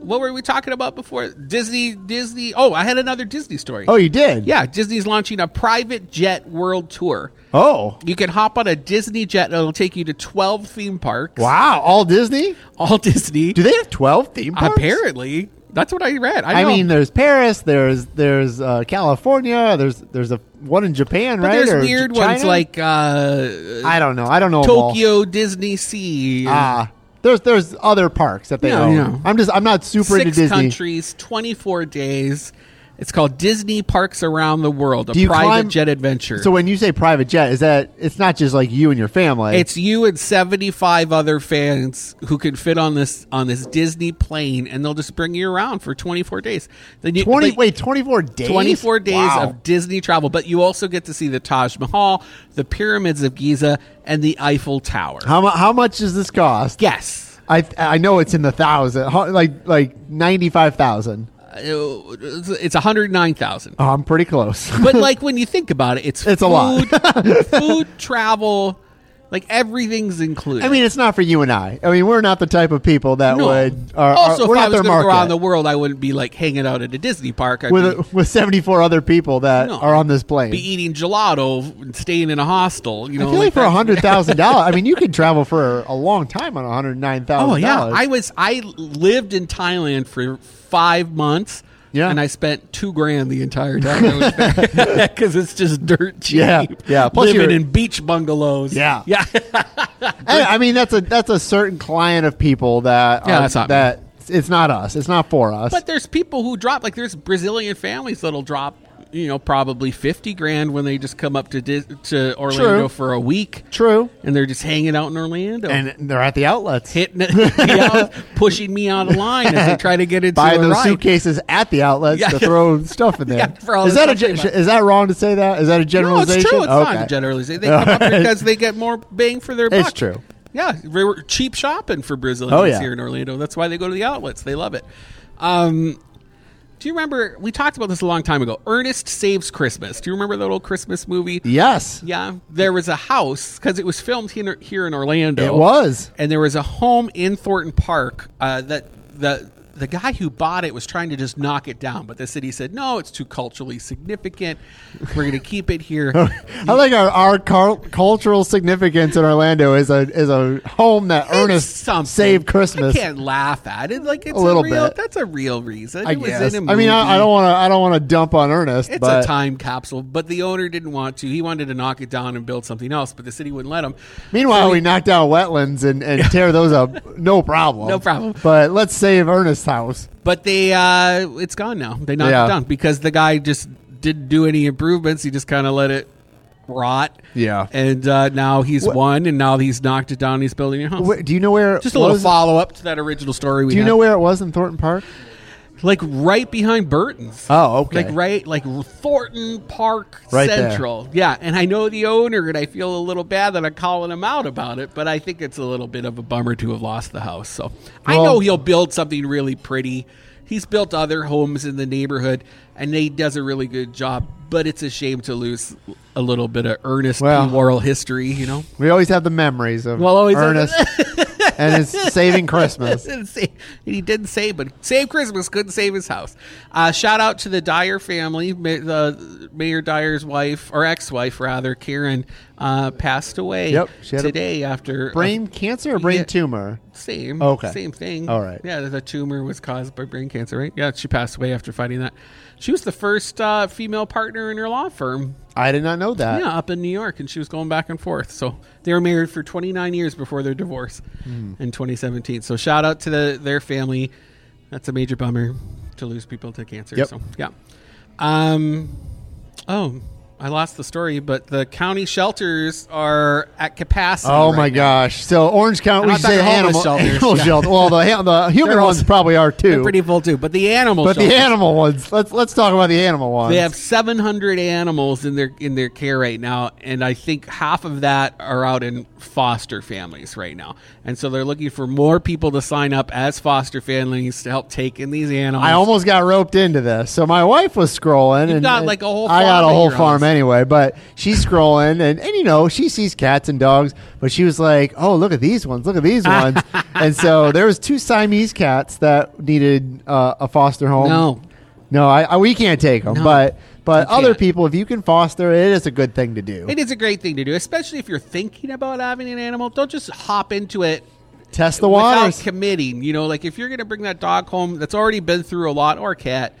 what were we talking about before? Disney, Disney. Oh, I had another Disney story.
oh, you did.
yeah, Disney's launching a private jet world tour.
Oh.
You can hop on a Disney jet. It'll take you to twelve theme parks.
Wow, all Disney?
All Disney.
Do they have twelve theme parks?
Apparently, that's what I read. Uh, I,
I
know.
mean, there's Paris, there's there's uh, California, there's there's a one in Japan,
But
right?
there's
Or
weird
China?
ones like uh,
I don't know, I don't know them all.
Tokyo Disney Sea.
Ah, there's there's other parks that they
Yeah,
own.
yeah.
I'm just I'm not super
six
into Disney.
countries, 24 days. It's called Disney Parks Around the World, a
Do you
private
climb-
jet adventure.
So when you say private jet, is that it's not just like you and your family?
It's you and 75 other fans who can fit on this on this Disney plane and they'll just bring you around for 24 days. Then you
twenty.
but-
wait, twenty four days.
24 days
Wow.
of Disney travel, but you also get to see the Taj Mahal, the pyramids of Giza and the Eiffel Tower.
How, mu- how much does this cost?
Yes.
I I know it's in the thousand, hu- like like ninety five thousand.
Uh, It's 109,000.
Oh, I'm pretty close. [LAUGHS]
but like when you think about it, it's
It's a lot.
food, food, travel, like everything's included.
I mean, it's not for you and I. I mean, we're not the type of people that
No.
would. Are, are-
also,
we're
if
not
I was
their
going to go
market
around the world, I wouldn't be like hanging out at a Disney park. I'd
with
be,
a, [LAUGHS] with seventy four other people that
No.
are on this plane.
be eating gelato and staying in a hostel. You
I
know,
feel like, for
that.
for hundred
[LAUGHS]
thousand dollars, I mean, you could travel for a long time on one hundred nine thousand.
Oh yeah, I was. I lived in Thailand for five months.
Yeah.
and I spent two grand the entire time [LAUGHS] because it's just dirt cheap.
Yeah, yeah. Plus
living
you're-
in beach bungalows.
Yeah.
yeah. [LAUGHS]
I, I mean, that's a that's a certain client of people that
Yeah,
are-
that's not me.
that it's not us. It's not for us.
But there's people who drop like there's Brazilian families that'll drop you know probably fifty grand when they just come up to Dis- to Orlando
True.
for a week
True,
and they're just hanging out in Orlando
and they're at the outlets
hitting it, [LAUGHS] me out, pushing me out of line as they try to get into
buying
a
those
ride.
suitcases at the outlets
Yeah.
to throw stuff
[LAUGHS]
in there.
Yeah, for all
is
the
that a
stuff
ge-
they buy.
is that wrong to say that? Is that a
No,
generalization?
it's true. It's
Okay.
not a generalization. They
[LAUGHS]
come up because they get more bang for their buck.
It's true.
Yeah, they were cheap shopping for Brazilians
Oh, yeah.
here in Orlando. That's why they go to the outlets. They love it. Um, do you remember we talked about this a long time ago? Ernest Saves Christmas. Do you remember that old Christmas movie?
Yes,
Yeah, there was a house because it was filmed here, here in Orlando.
it was.
and there was a home in Thornton Park uh, that the the guy who bought it was trying to just knock it down, but the city said no, it's too culturally significant. We're going to keep it here.
I like our, our car- cultural significance in Orlando is a is a home that
It's
[LAUGHS] Ernest
something.
saved Christmas.
I can't laugh at it. Like it's a
little
real,
bit.
That's a real reason.
I
it was
guess.
in a
I mean, I, I
movie.
don't want to. I don't want to dump on Ernest.
It's
but
a time capsule, but the owner didn't want to. He wanted to knock it down and build something else, but the city wouldn't let him.
Meanwhile, we knock down wetlands and,
[LAUGHS]
and tear those up. No problem.
No problem.
But let's save Ernest's house.
But they, uh, it's gone now. They knocked
Yeah.
it down because the guy just didn't do any improvements. He just kind of let it rot.
Yeah.
And uh, now he's won, and now he's knocked it down. He's building a house.
Wh- do you know where?
Just a little
was-
follow up to that original story. We
Do you
had.
know where it was in Thornton Park?
like right behind Burton's.
Oh, okay.
Like right, like Thornton Park
Right there.
Central. Yeah, and I know the owner, and I feel a little bad that I'm calling him out about it, but I think it's a little bit of a bummer to have lost the house. So I
Well-
know he'll build something really pretty. He's built other homes in the neighborhood, and he does a really good job. But it's a shame to lose a little bit of earnest
Well-
moral history, you know.
We always have the memories of
Well, always have
Ernest
[LAUGHS]
and his saving Christmas.
didn't say, he didn't save, but save Christmas couldn't save his house. Uh, shout out to the Dyer family. Ma- the Mayor Dyer's wife or ex-wife rather, Karen, uh, passed away
Yep, she had a
today after a-
Brain cancer or brain
Yeah.
tumor?
same.
Okay.
Same thing.
All right.
Yeah, the tumor was caused by brain cancer, right? Yeah, she passed away after fighting that. She was the first uh, female partner in her law firm.
I did not know that.
Yeah, up in New York, and she was going back and forth. So they were married for 29 years before their divorce
Hmm.
in 2017. So shout out to the, their family. That's a major bummer to lose people to cancer.
Yep.
So yeah. Um. Oh, I lost the story, but the county shelters are at capacity.
Oh
right
my
now.
gosh! So Orange County,
I'm
we
not
should say
talking homeless
animal,
shelters.
animal
Yeah.
shelter. Well, the ha-
[LAUGHS]
the human
They're all-
ones probably are
They're
too.
pretty full too. But the animal
but the
shelters-
animal ones. Let's let's talk about the animal ones.
They have 700 animals in their in their care right now, and I think half of that are out in foster families right now. And so they're looking for more people to sign up as foster families to help take in these animals.
I almost got roped into this. So my wife was scrolling, and
got,
and
like, a whole
I got
farm
a
at
whole
your
farm
house.
anyway, but she's scrolling, and, and you know she sees cats and dogs, but she was like, "Oh, look at these ones! Look at these
[LAUGHS]
ones!" and so there was two Siamese cats that needed uh, a foster home.
No.
no, I, I we can't take them,
No.
but but
You
other
can't.
people, if you can foster, it is a good thing to do.
it is a great thing to do, especially if you're thinking about having an animal. Don't just hop into it
Test the
without
waters.
committing. You know, like if you're going to bring that dog home that's already been through a lot or a cat,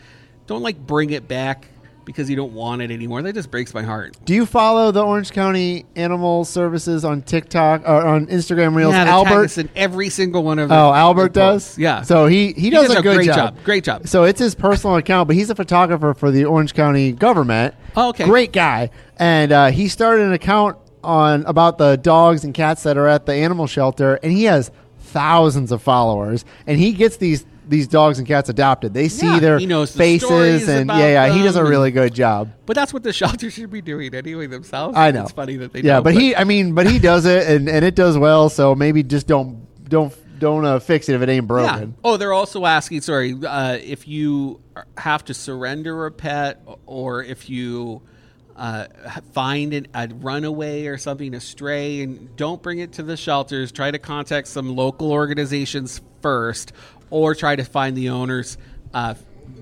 don't like bring it back because you don't want it anymore. That just breaks my heart.
Do you follow the Orange County Animal Services on TikTok or on Instagram Reels?
Yeah, they tag
Albert
us in every single one of them.
Oh, Albert does.
Yeah.
So he he does, a, good
great
job.
job. Great job.
So it's his personal account, but he's a photographer for the Orange County government.
Oh, okay.
Great guy, and uh, he started an account on about the dogs and cats that are at the animal shelter, and he has thousands of followers, and he gets these. These dogs and cats adopted. They see
Yeah,
their
he knows the
faces,
stories
and
about
yeah, yeah, he
them
does a
and-
really good job.
but that's what the shelters should be doing anyway themselves.
I know.
It's funny that they
Yeah,
don't,
but, he, I mean, but he does it, and, and it does well. So maybe just don't don't don't uh, fix it if it ain't
Yeah.
broken.
Oh, they're also asking. Sorry, uh, if you have to surrender a pet, or if you uh, find an, a runaway or something, a stray, and don't bring it to the shelters. Try to contact some local organizations first, or try to find the owners uh,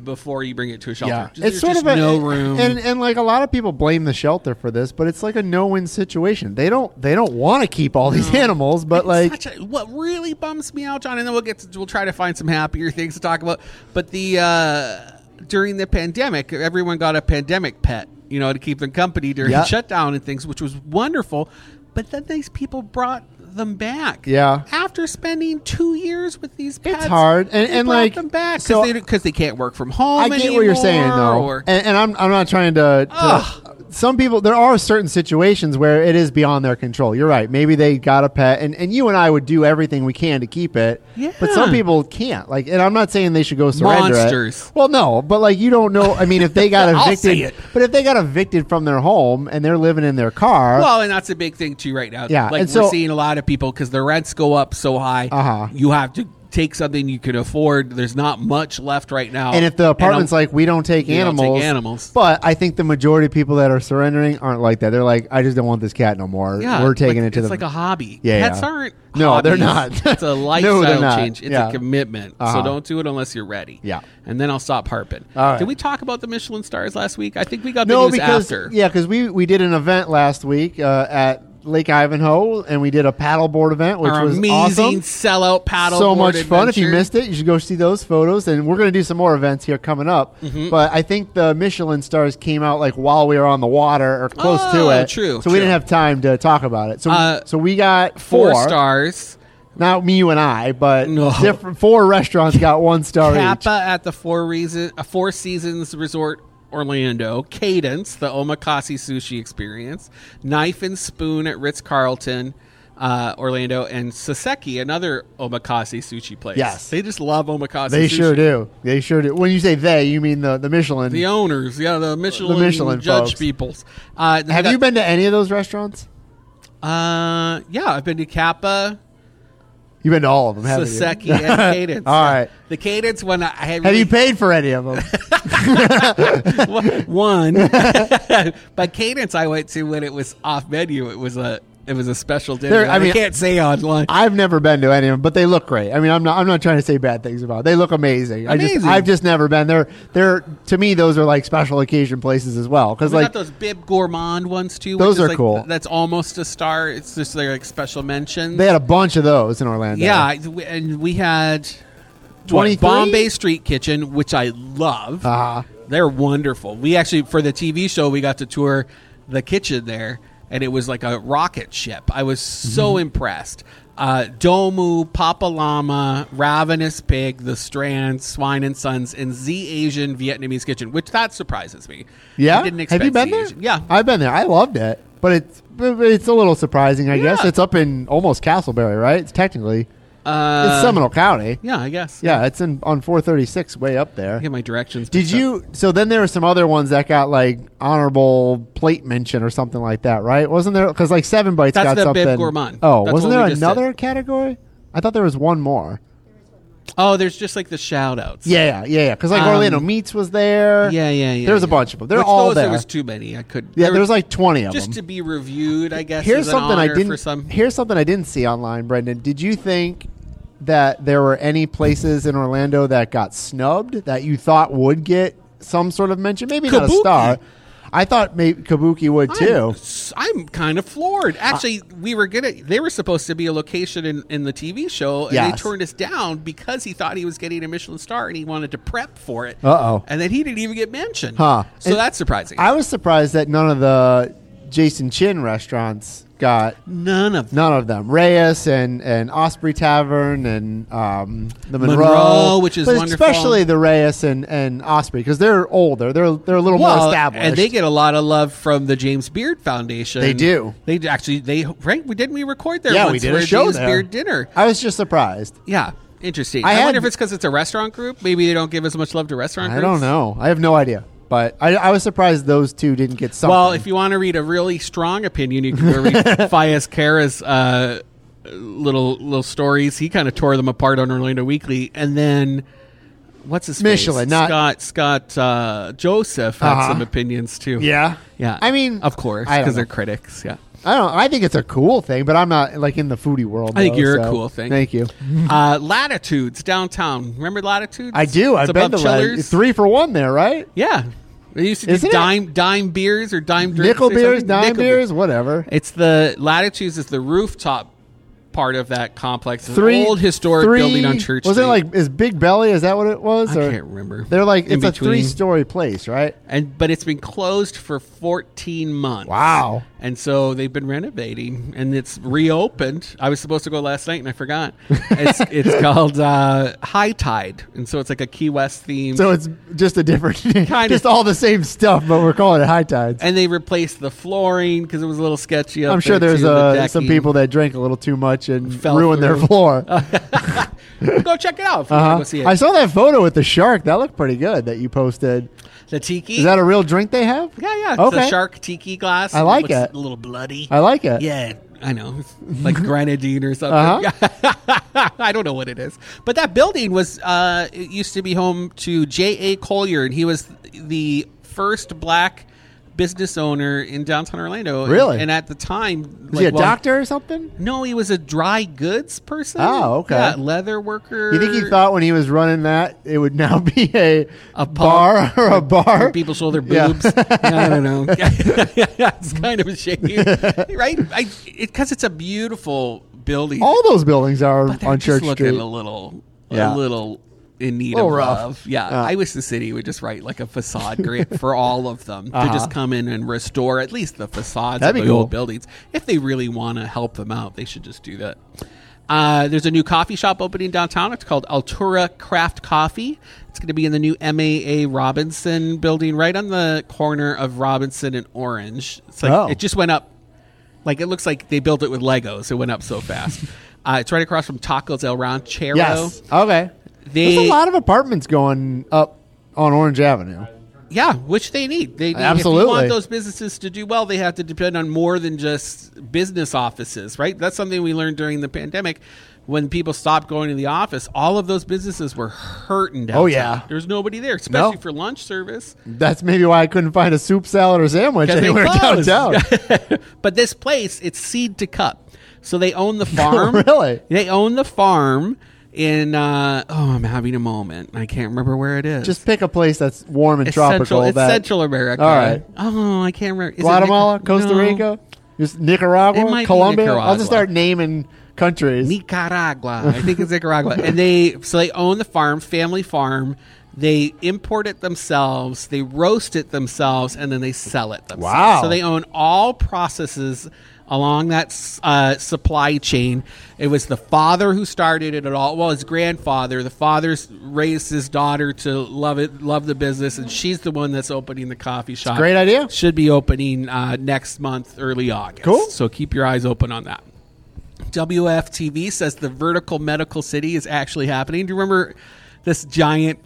before you bring it to a shelter.
Yeah,
Just- there's just no room.
and and like a lot of people blame the shelter for this, but it's like a no-win situation. They don't they don't want to keep all these animals, but like
Such a- what really bums me out, John, and then we'll get to, we'll try to find some happier things to talk about. But the uh, during the pandemic, everyone got a pandemic pet, you know, to keep them company during
Yeah.
shutdown and things, which was wonderful. But then these people brought them back.
Yeah.
after spending two years with these pets,
hard. And-
they
and,
brought
like,
them back because
so-
they, 'cause they can't work from home.
I get what you're saying
anymore,
though,
or-
and, and I'm I'm not trying to.
Ugh.
to some people, there are certain situations where it is beyond their control. You're right. Maybe they got a pet, and, and you and I would do everything we can to keep it.
Yeah.
But some people can't. Like, and I'm not saying they should go surrender. it.
Monsters.
Well, no, but like you don't know. I mean, if they
[LAUGHS]
got
I'll say
evicted,
it.
but if they got evicted from their home and they're living in their car,
Well, and that's a big thing too right now.
Uh, Yeah,
like
and
we're
so-
seeing a lot of people because the rents go up so high.
Uh-huh.
You have to take something you can afford. There's not much left right now.
And if the apartment's
I'm-
like, we don't take
We don't
animals,
take animals.
But I think the majority of people that are surrendering aren't like that. They're like, I just don't want this cat no more. We're taking it
like-
to
it's
the
like a hobby.
Yeah,
pets
yeah.
aren't.
No, they're
hobbies.
not.
[LAUGHS] it's
[LAUGHS]
a
No, they're
lifestyle
not.
change. It's
Yeah.
a commitment.
Uh-huh.
So don't do it unless you're ready.
Yeah.
and then I'll stop harping.
All right.
Did we talk about the Michelin stars last week? I think we got the
no
news
because
after.
yeah, because we we did an event last week uh, at Lake Ivanhoe, and we did a paddleboard event, which
Our
was
amazing
awesome.
sellout paddle.
so much fun. If you
missed.
missed it, you should go see those photos. And we're going to do some more events here coming up.
Mm-hmm.
But I think the Michelin stars came out like while we were on the water or close
Oh,
to it. So
true,
we
true.
didn't have time to talk about it. So
Uh,
so we got
four stars.
Not me, you and I, but
No.
different, four restaurants got one star
Kappa
each.
at the Four Reason, uh, Four Seasons Resort Orlando, Cadence, the Omakase Sushi Experience, Knife and Spoon at Ritz Carlton, uh, Orlando, and Saseki, another Omakase sushi place.
Yes.
they just love Omakase.
They
sushi.
sure do. They sure do. When you say they, you mean the, the Michelin.
The owners, yeah, the Michelin,
Michelin
judge
folks.
peoples. Uh, then we
have
got-
you been to any of those restaurants?
Uh, yeah, I've been to Kappa,
You've been to all of them, haven't
Saseki,
you? [LAUGHS]
and Cadence.
All right.
the Cadence one. I had
Have you
really-
paid for any
[LAUGHS]
of them?
one [LAUGHS] but cadence i went to when it was off menu it was a it was a special dinner
There- I
i
mean-
can't say online
I've never been to any of them, but they look great. I mean, I'm not. I'm not trying to say bad things about. It. They look amazing. I just.
Amazing.
I've just never been. They're. They're to me. Those are like special occasion places as well. Because
we
like
got those bib gourmand ones too
Those
which is
are
like-
cool.
that's almost a star it's just their like special mention
they had a bunch of those in Orlando.
yeah I- we- and we had what,
23?
bombay street kitchen which i love
Uh-huh.
they're wonderful we actually for the tv show we got to tour the kitchen there and it was like a rocket ship i was so
Mm-hmm.
impressed uh, domu papa llama ravenous pig the strand swine and sons and z asian vietnamese kitchen which that surprises me
Yeah.
I didn't expect
Have you been
Z
there?
Asian. yeah
I've been there. I loved it, but it's. but It's a little surprising, I guess.
Yeah.
It's up in almost Castleberry, right? It's technically
uh,
it's Seminole County.
yeah i guess
Yeah, it's in on 436, way up there.
I get my directions
Did
mixed up.
you? So then there were some other ones that got like honorable plate mention or something like that, right? Wasn't there? Because like seven bites
That's
got
the
something.
Bib Gourmand.
Oh,
That's
wasn't
what
there
we just
another category? I thought there was one more.
oh there's just like the shout outs
Yeah, yeah, yeah. Because like
Um,
Orlando Meats was there.
Yeah, yeah, yeah.
There's a
yeah.
bunch of them. They're
Which
all
those,
there.
There was too many. I could.
yeah, there's like twenty of
just
them.
to be reviewed. I guess
here's
is an
something I
honor
didn't.
For some,
Here's something I didn't see online, Brendan. Did you think that there were any places in Orlando that got snubbed that you thought would get some sort of mention? Maybe not a
Kabuki.
star. I thought maybe Kabuki would too.
I'm, I'm kind of floored. Actually, we were gonna. They were supposed to be a location in, in the TV show, and they
Yes.
turned us down because he thought he was getting a Michelin star, and he wanted to prep for it.
Uh-oh.
And then he didn't even get mentioned.
Huh.
So
And
that's surprising.
I was surprised that none of the Jason Chin restaurants got
None of
none of them. Reyes and and Osprey Tavern and um, the Monroe,
Monroe, which is
but
wonderful.
especially the Reyes and and Osprey because they're older. They're they're a little more established.
and they get a lot of love from the James Beard Foundation.
They do.
They d- actually they right. We didn't we record there?
yeah, we
once
did
where
a show
James
there.
Beard dinner.
I was just surprised.
Yeah, interesting. I,
I had-
wonder if it's because it's a restaurant group. Maybe they don't give as much love to restaurant.
I
groups.
don't know. I have no idea. But I, I was surprised those two didn't get something.
Well, if you want to read a really strong opinion, you can
[LAUGHS]
go read Fias Kara's uh, little little stories. He kind of tore them apart on Orlando Weekly, and then what's his face?
Michelin, not-
Scott Scott uh, Joseph had
Uh-huh.
some opinions too.
yeah,
yeah.
I mean,
of course,
I don't
because
know.
they're critics.
[LAUGHS]
Yeah.
I don't. I think it's a cool thing, but I'm not like in the foodie world.
I think
though,
you're a
so
cool thing.
Thank you.
uh, Latitudes downtown. Remember Latitudes?
I do.
It's
I've been to
above
Lat-
Chillers.
three for one there, right?
Yeah. They used to do
Isn't it?
dime dime beers or dime drinks.
Nickel
or something.
beers, dime
Nickel
beers, whatever.
It's the Latitudes is the rooftop part of that complex. It's
Three
an old historic
three-
building on Church.
Was it
Street.
like is Big Belly? Is that what it was?
I
or-
can't remember.
They're like
In
it's a
between.
three story place, right?
and but it's been closed for 14 months.
Wow.
And so they've been renovating and it's reopened. I was supposed to go last night and I forgot. It's
[LAUGHS]
it's called uh, High Tide. And so it's like a Key West theme.
So it's just a different, [LAUGHS]
Kind
just
of.
all the same stuff, but we're calling it high tides.
and they replaced the flooring because it was a little sketchy. Up
I'm sure
there,
there's
too, the
uh, some
decking.
people that drink a little too much and
Fell
ruin their
through.
floor.
[LAUGHS] go check it out. If you wanna
Uh-huh.
[LAUGHS] go see it.
I saw that photo with the shark. That looked pretty good that you posted.
the tiki.
Is that a real drink they have?
Yeah, yeah. It's
Okay.
a shark tiki glass.
I like
looks
it.
A little bloody.
I like it.
Yeah, I know. It's
[LAUGHS]
Like grenadine or something.
Uh-huh.
[LAUGHS] I don't know what it is. But that building was, uh, it used to be home to J.A. Collier, and he was the first black business owner in downtown Orlando.
Really?
And, at the time,
Is he a doctor or something?
No, he was a dry goods person.
Oh, okay.
Yeah, leather worker.
You think he thought when he was running that it would now [LAUGHS] be a,
A pub.
bar or a bar?
people show their
Yeah.
boobs. Yeah, I
[LAUGHS]
don't know. [LAUGHS] it's kind of a shame, right? I because it's a beautiful building.
All those buildings are
but they're
on
just
Church
looking
Street.
a little,
Yeah.
a little in need
Little
of
rough.
love. Yeah,
Uh.
I wish the city would just write like
[LAUGHS]
a facade grant for all of them to just come in and restore at least the facades
Uh-huh. That'd
of
be
the
cool.
old buildings. If they really want to help them out, they should just do that. Uh, there's a new coffee shop opening downtown. It's called Altura Craft Coffee. It's going to be in the new MAA Robinson building, right on the corner of Robinson and Orange. It's like
Oh.
it just went up like it looks like they built it with Legos. It went up so fast.
[LAUGHS]
uh, it's right across from Tacos El Ranchero.
Yes. Okay.
They-
There's a lot of apartments going up on Orange Avenue.
Yeah, which they need. They need, If you
Absolutely.
want those businesses to do well, they have to depend on more than just business offices, right? That's something we learned during the pandemic. When people stopped going to the office, all of those businesses were hurting. Downtown.
Oh, yeah.
there's nobody there, especially
No.
for lunch service.
That's maybe why I couldn't find a soup salad or sandwich
'Cause they
anywhere
closed. [LAUGHS]
downtown. [LAUGHS]
but this place, it's seed to cup. So they
[LAUGHS]
own the farm.
Oh, Really?
They own the farm in uh oh, I'm having a moment. I can't remember where it is.
Just pick a place that's warm and
it's
tropical.
Central, it's
that-
Central America.
All right.
Oh, I can't remember. Is it
Guatemala,
Nic-
Costa
No.
Rica, just Nicaragua,
It might be
Colombia. I'll
Nicaragua.
just start naming countries.
Nicaragua. [LAUGHS] I think
[LAUGHS]
it's Nicaragua. and they so they own the farm, family farm. They import it themselves, they roast it themselves, and then they sell it themselves.
Wow.
So they own all processes along that s- uh, supply chain. It was the father who started it at all. Well, his grandfather. The father's raised his daughter to love it, love the business, and she's the one that's opening the coffee shop.
great idea.
Should be opening uh, next month, early August.
Cool.
So keep your eyes open on that. WFTV says the vertical medical city is actually happening. Do you remember this giant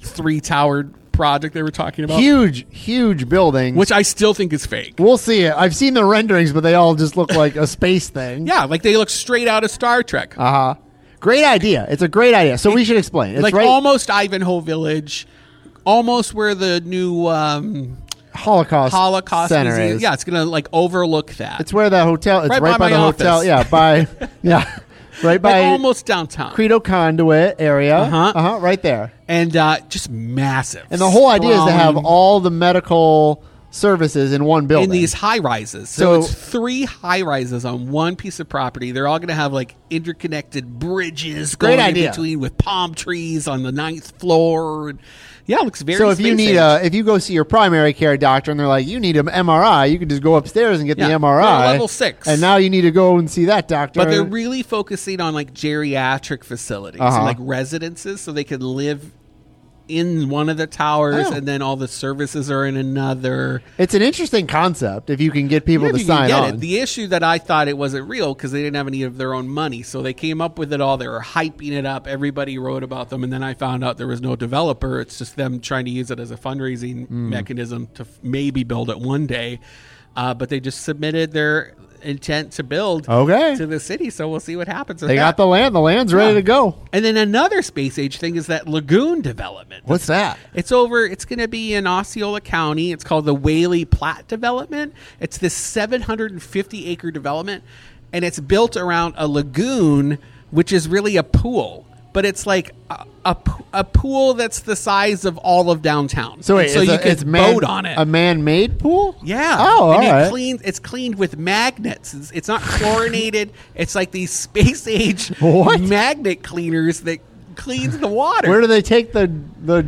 three towered project they were talking about?
huge, huge buildings.
Which I still think is fake.
we'll see it. I've seen the renderings, but they all just look like a space thing.
[LAUGHS] Yeah, like they look straight out of Star Trek.
Uh huh. Great idea. It's a great idea. So we should explain. It's
like
right
almost Ivanhoe Village, almost where the new um,
Holocaust
Holocaust
Center
Museum.
is.
Yeah, it's going to like overlook that.
It's where that hotel. It's
Right
right, by,
by my
the hotel.
office.
Yeah,
[LAUGHS]
by yeah, right by
like almost downtown.
Credo Conduit area. Uh
Uh-huh.
Uh huh. Right there.
and uh, just massive.
And the whole idea is to have
sprawling-
all the medical services in one building.
in these high rises. So,
So-
it's three high rises on one piece of property. They're all going to have like interconnected bridges
Great
going
idea.
in between with palm trees on the ninth floor. And, yeah, it looks very.
so if you
space
need
age.
a if you go see your primary care doctor and they're like you need an MRI, you can just go upstairs and get
Yeah,
the
they're
MRI
level six.
and now you need to go and see that doctor.
but they're really focusing on like geriatric facilities
Uh-huh.
and like residences, so they can live in one of the towers,
Oh.
and then all the services are in another.
it's an interesting concept if you can get people
Yeah,
to
you
sign
get
on.
It. The issue that I thought it wasn't real because they didn't have any of their own money, so they came up with it all. They were hyping it up. Everybody wrote about them, and then I found out there was no developer. It's just them trying to use it as a fundraising
Hmm.
mechanism to f- maybe build it one day. Uh, but they just submitted their intent to build
Okay.
to the city, so we'll see what happens. With
they got
that.
the land. The land's ready
Yeah.
to go.
and then another space age thing is that lagoon development.
What's that?
It's over. It's going to be in Osceola County. It's called the Whaley Platt Development. It's this 750 acre development, and it's built around a lagoon, which is really a pool. But it's like a, a, p- a pool that's the size of all of downtown.
So wait,
And so
it's
you
a,
can
it's man,
boat on it.
A man-made pool?
yeah.
Oh, all
and it
right.
cleans, it's cleaned with magnets. It's, it's not chlorinated. it's like these [LAUGHS] space age
What?
magnet cleaners that cleans the water.
Where do they take the the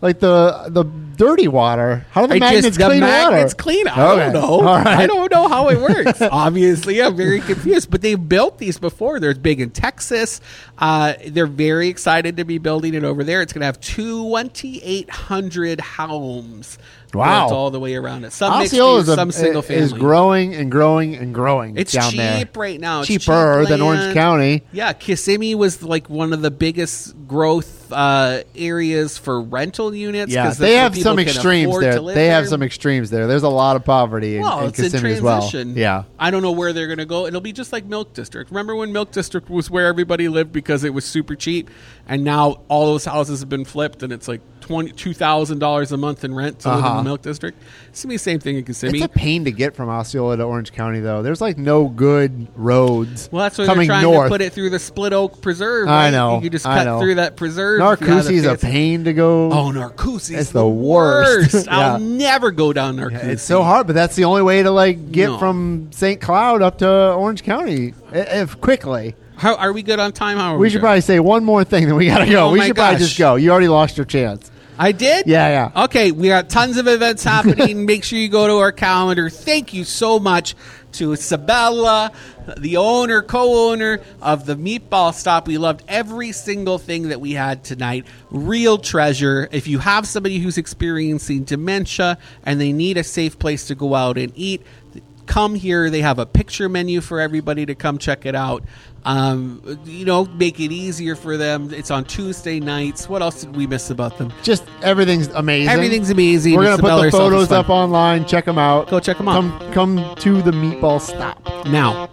like the the dirty water? How do the
I
magnets
just,
clean
the magnets
water?
clean. I
Okay.
don't know.
All right.
I don't know how it
[LAUGHS]
works. Obviously, I'm very confused. But they built these before. There's big in Texas. Uh, they're very excited to be building it over there. It's going to have 2,800 homes.
Wow.
built all the way around it. Some mixed
Osceola
use,
is, a,
some single family.
is growing and growing and growing.
It's
down
cheap
there.
right now. It's
cheaper
cheap
than Orange
land.
County.
Yeah, Kissimmee was like one of the biggest growth uh, areas for rental units.
Yeah,
'cause that's
they
what
have
people
some
can
extremes
afford
there.
to live
They have
there.
some extremes there. There's a lot of poverty in, in Kissimmee as well. Yeah,
I don't know where they're going to go. It'll be just like Milk District. Remember when Milk District was where everybody lived because it was super cheap, and now all those houses have been flipped, and it's like twenty two thousand dollars a month in rent to live
Uh-huh.
in Milk District. It's gonna be the same thing in Kissimmee.
it's a pain to get from Osceola to Orange County though. There's like no good roads.
well, that's why they're
coming
trying
north.
to put it through the Split Oak Preserve.
I
right?
know,
You could just
I
cut
know.
through that preserve. if you had
Narcoosie's a
fancy-
pain to go.
Oh, Narcoosie's
It's the
the
worst.
worst.
[LAUGHS] Yeah.
I'll never go down Narcoosie.
It's so hard, but that's the only way to like get
No.
from St. Cloud up to Orange County i- if quickly.
How, are we good on time? How are we?
We should
doing?
probably say one more thing, then we gotta go.
Oh
we
my
should probably
gosh.
just go. You already lost your chance.
I did?
Yeah, yeah.
Okay, we got tons of
[LAUGHS]
events happening. Make sure you go to our calendar. Thank you so much to Sabella, the owner, co owner of the Meatball Stop. We loved every single thing that we had tonight. Real treasure. If you have somebody who's experiencing dementia and they need a safe place to go out and eat, come here. They have a picture menu for everybody to come check it out. Um, you know, make it easier for them. It's on Tuesday nights. What else did we miss about them?
Just everything's amazing.
Everything's amazing.
We're gonna
It's
put
about
the
ourselves. It's
photos
fun.
up online. Check them out.
Go check 'em out.
Come, come to the meatball stop.
Now.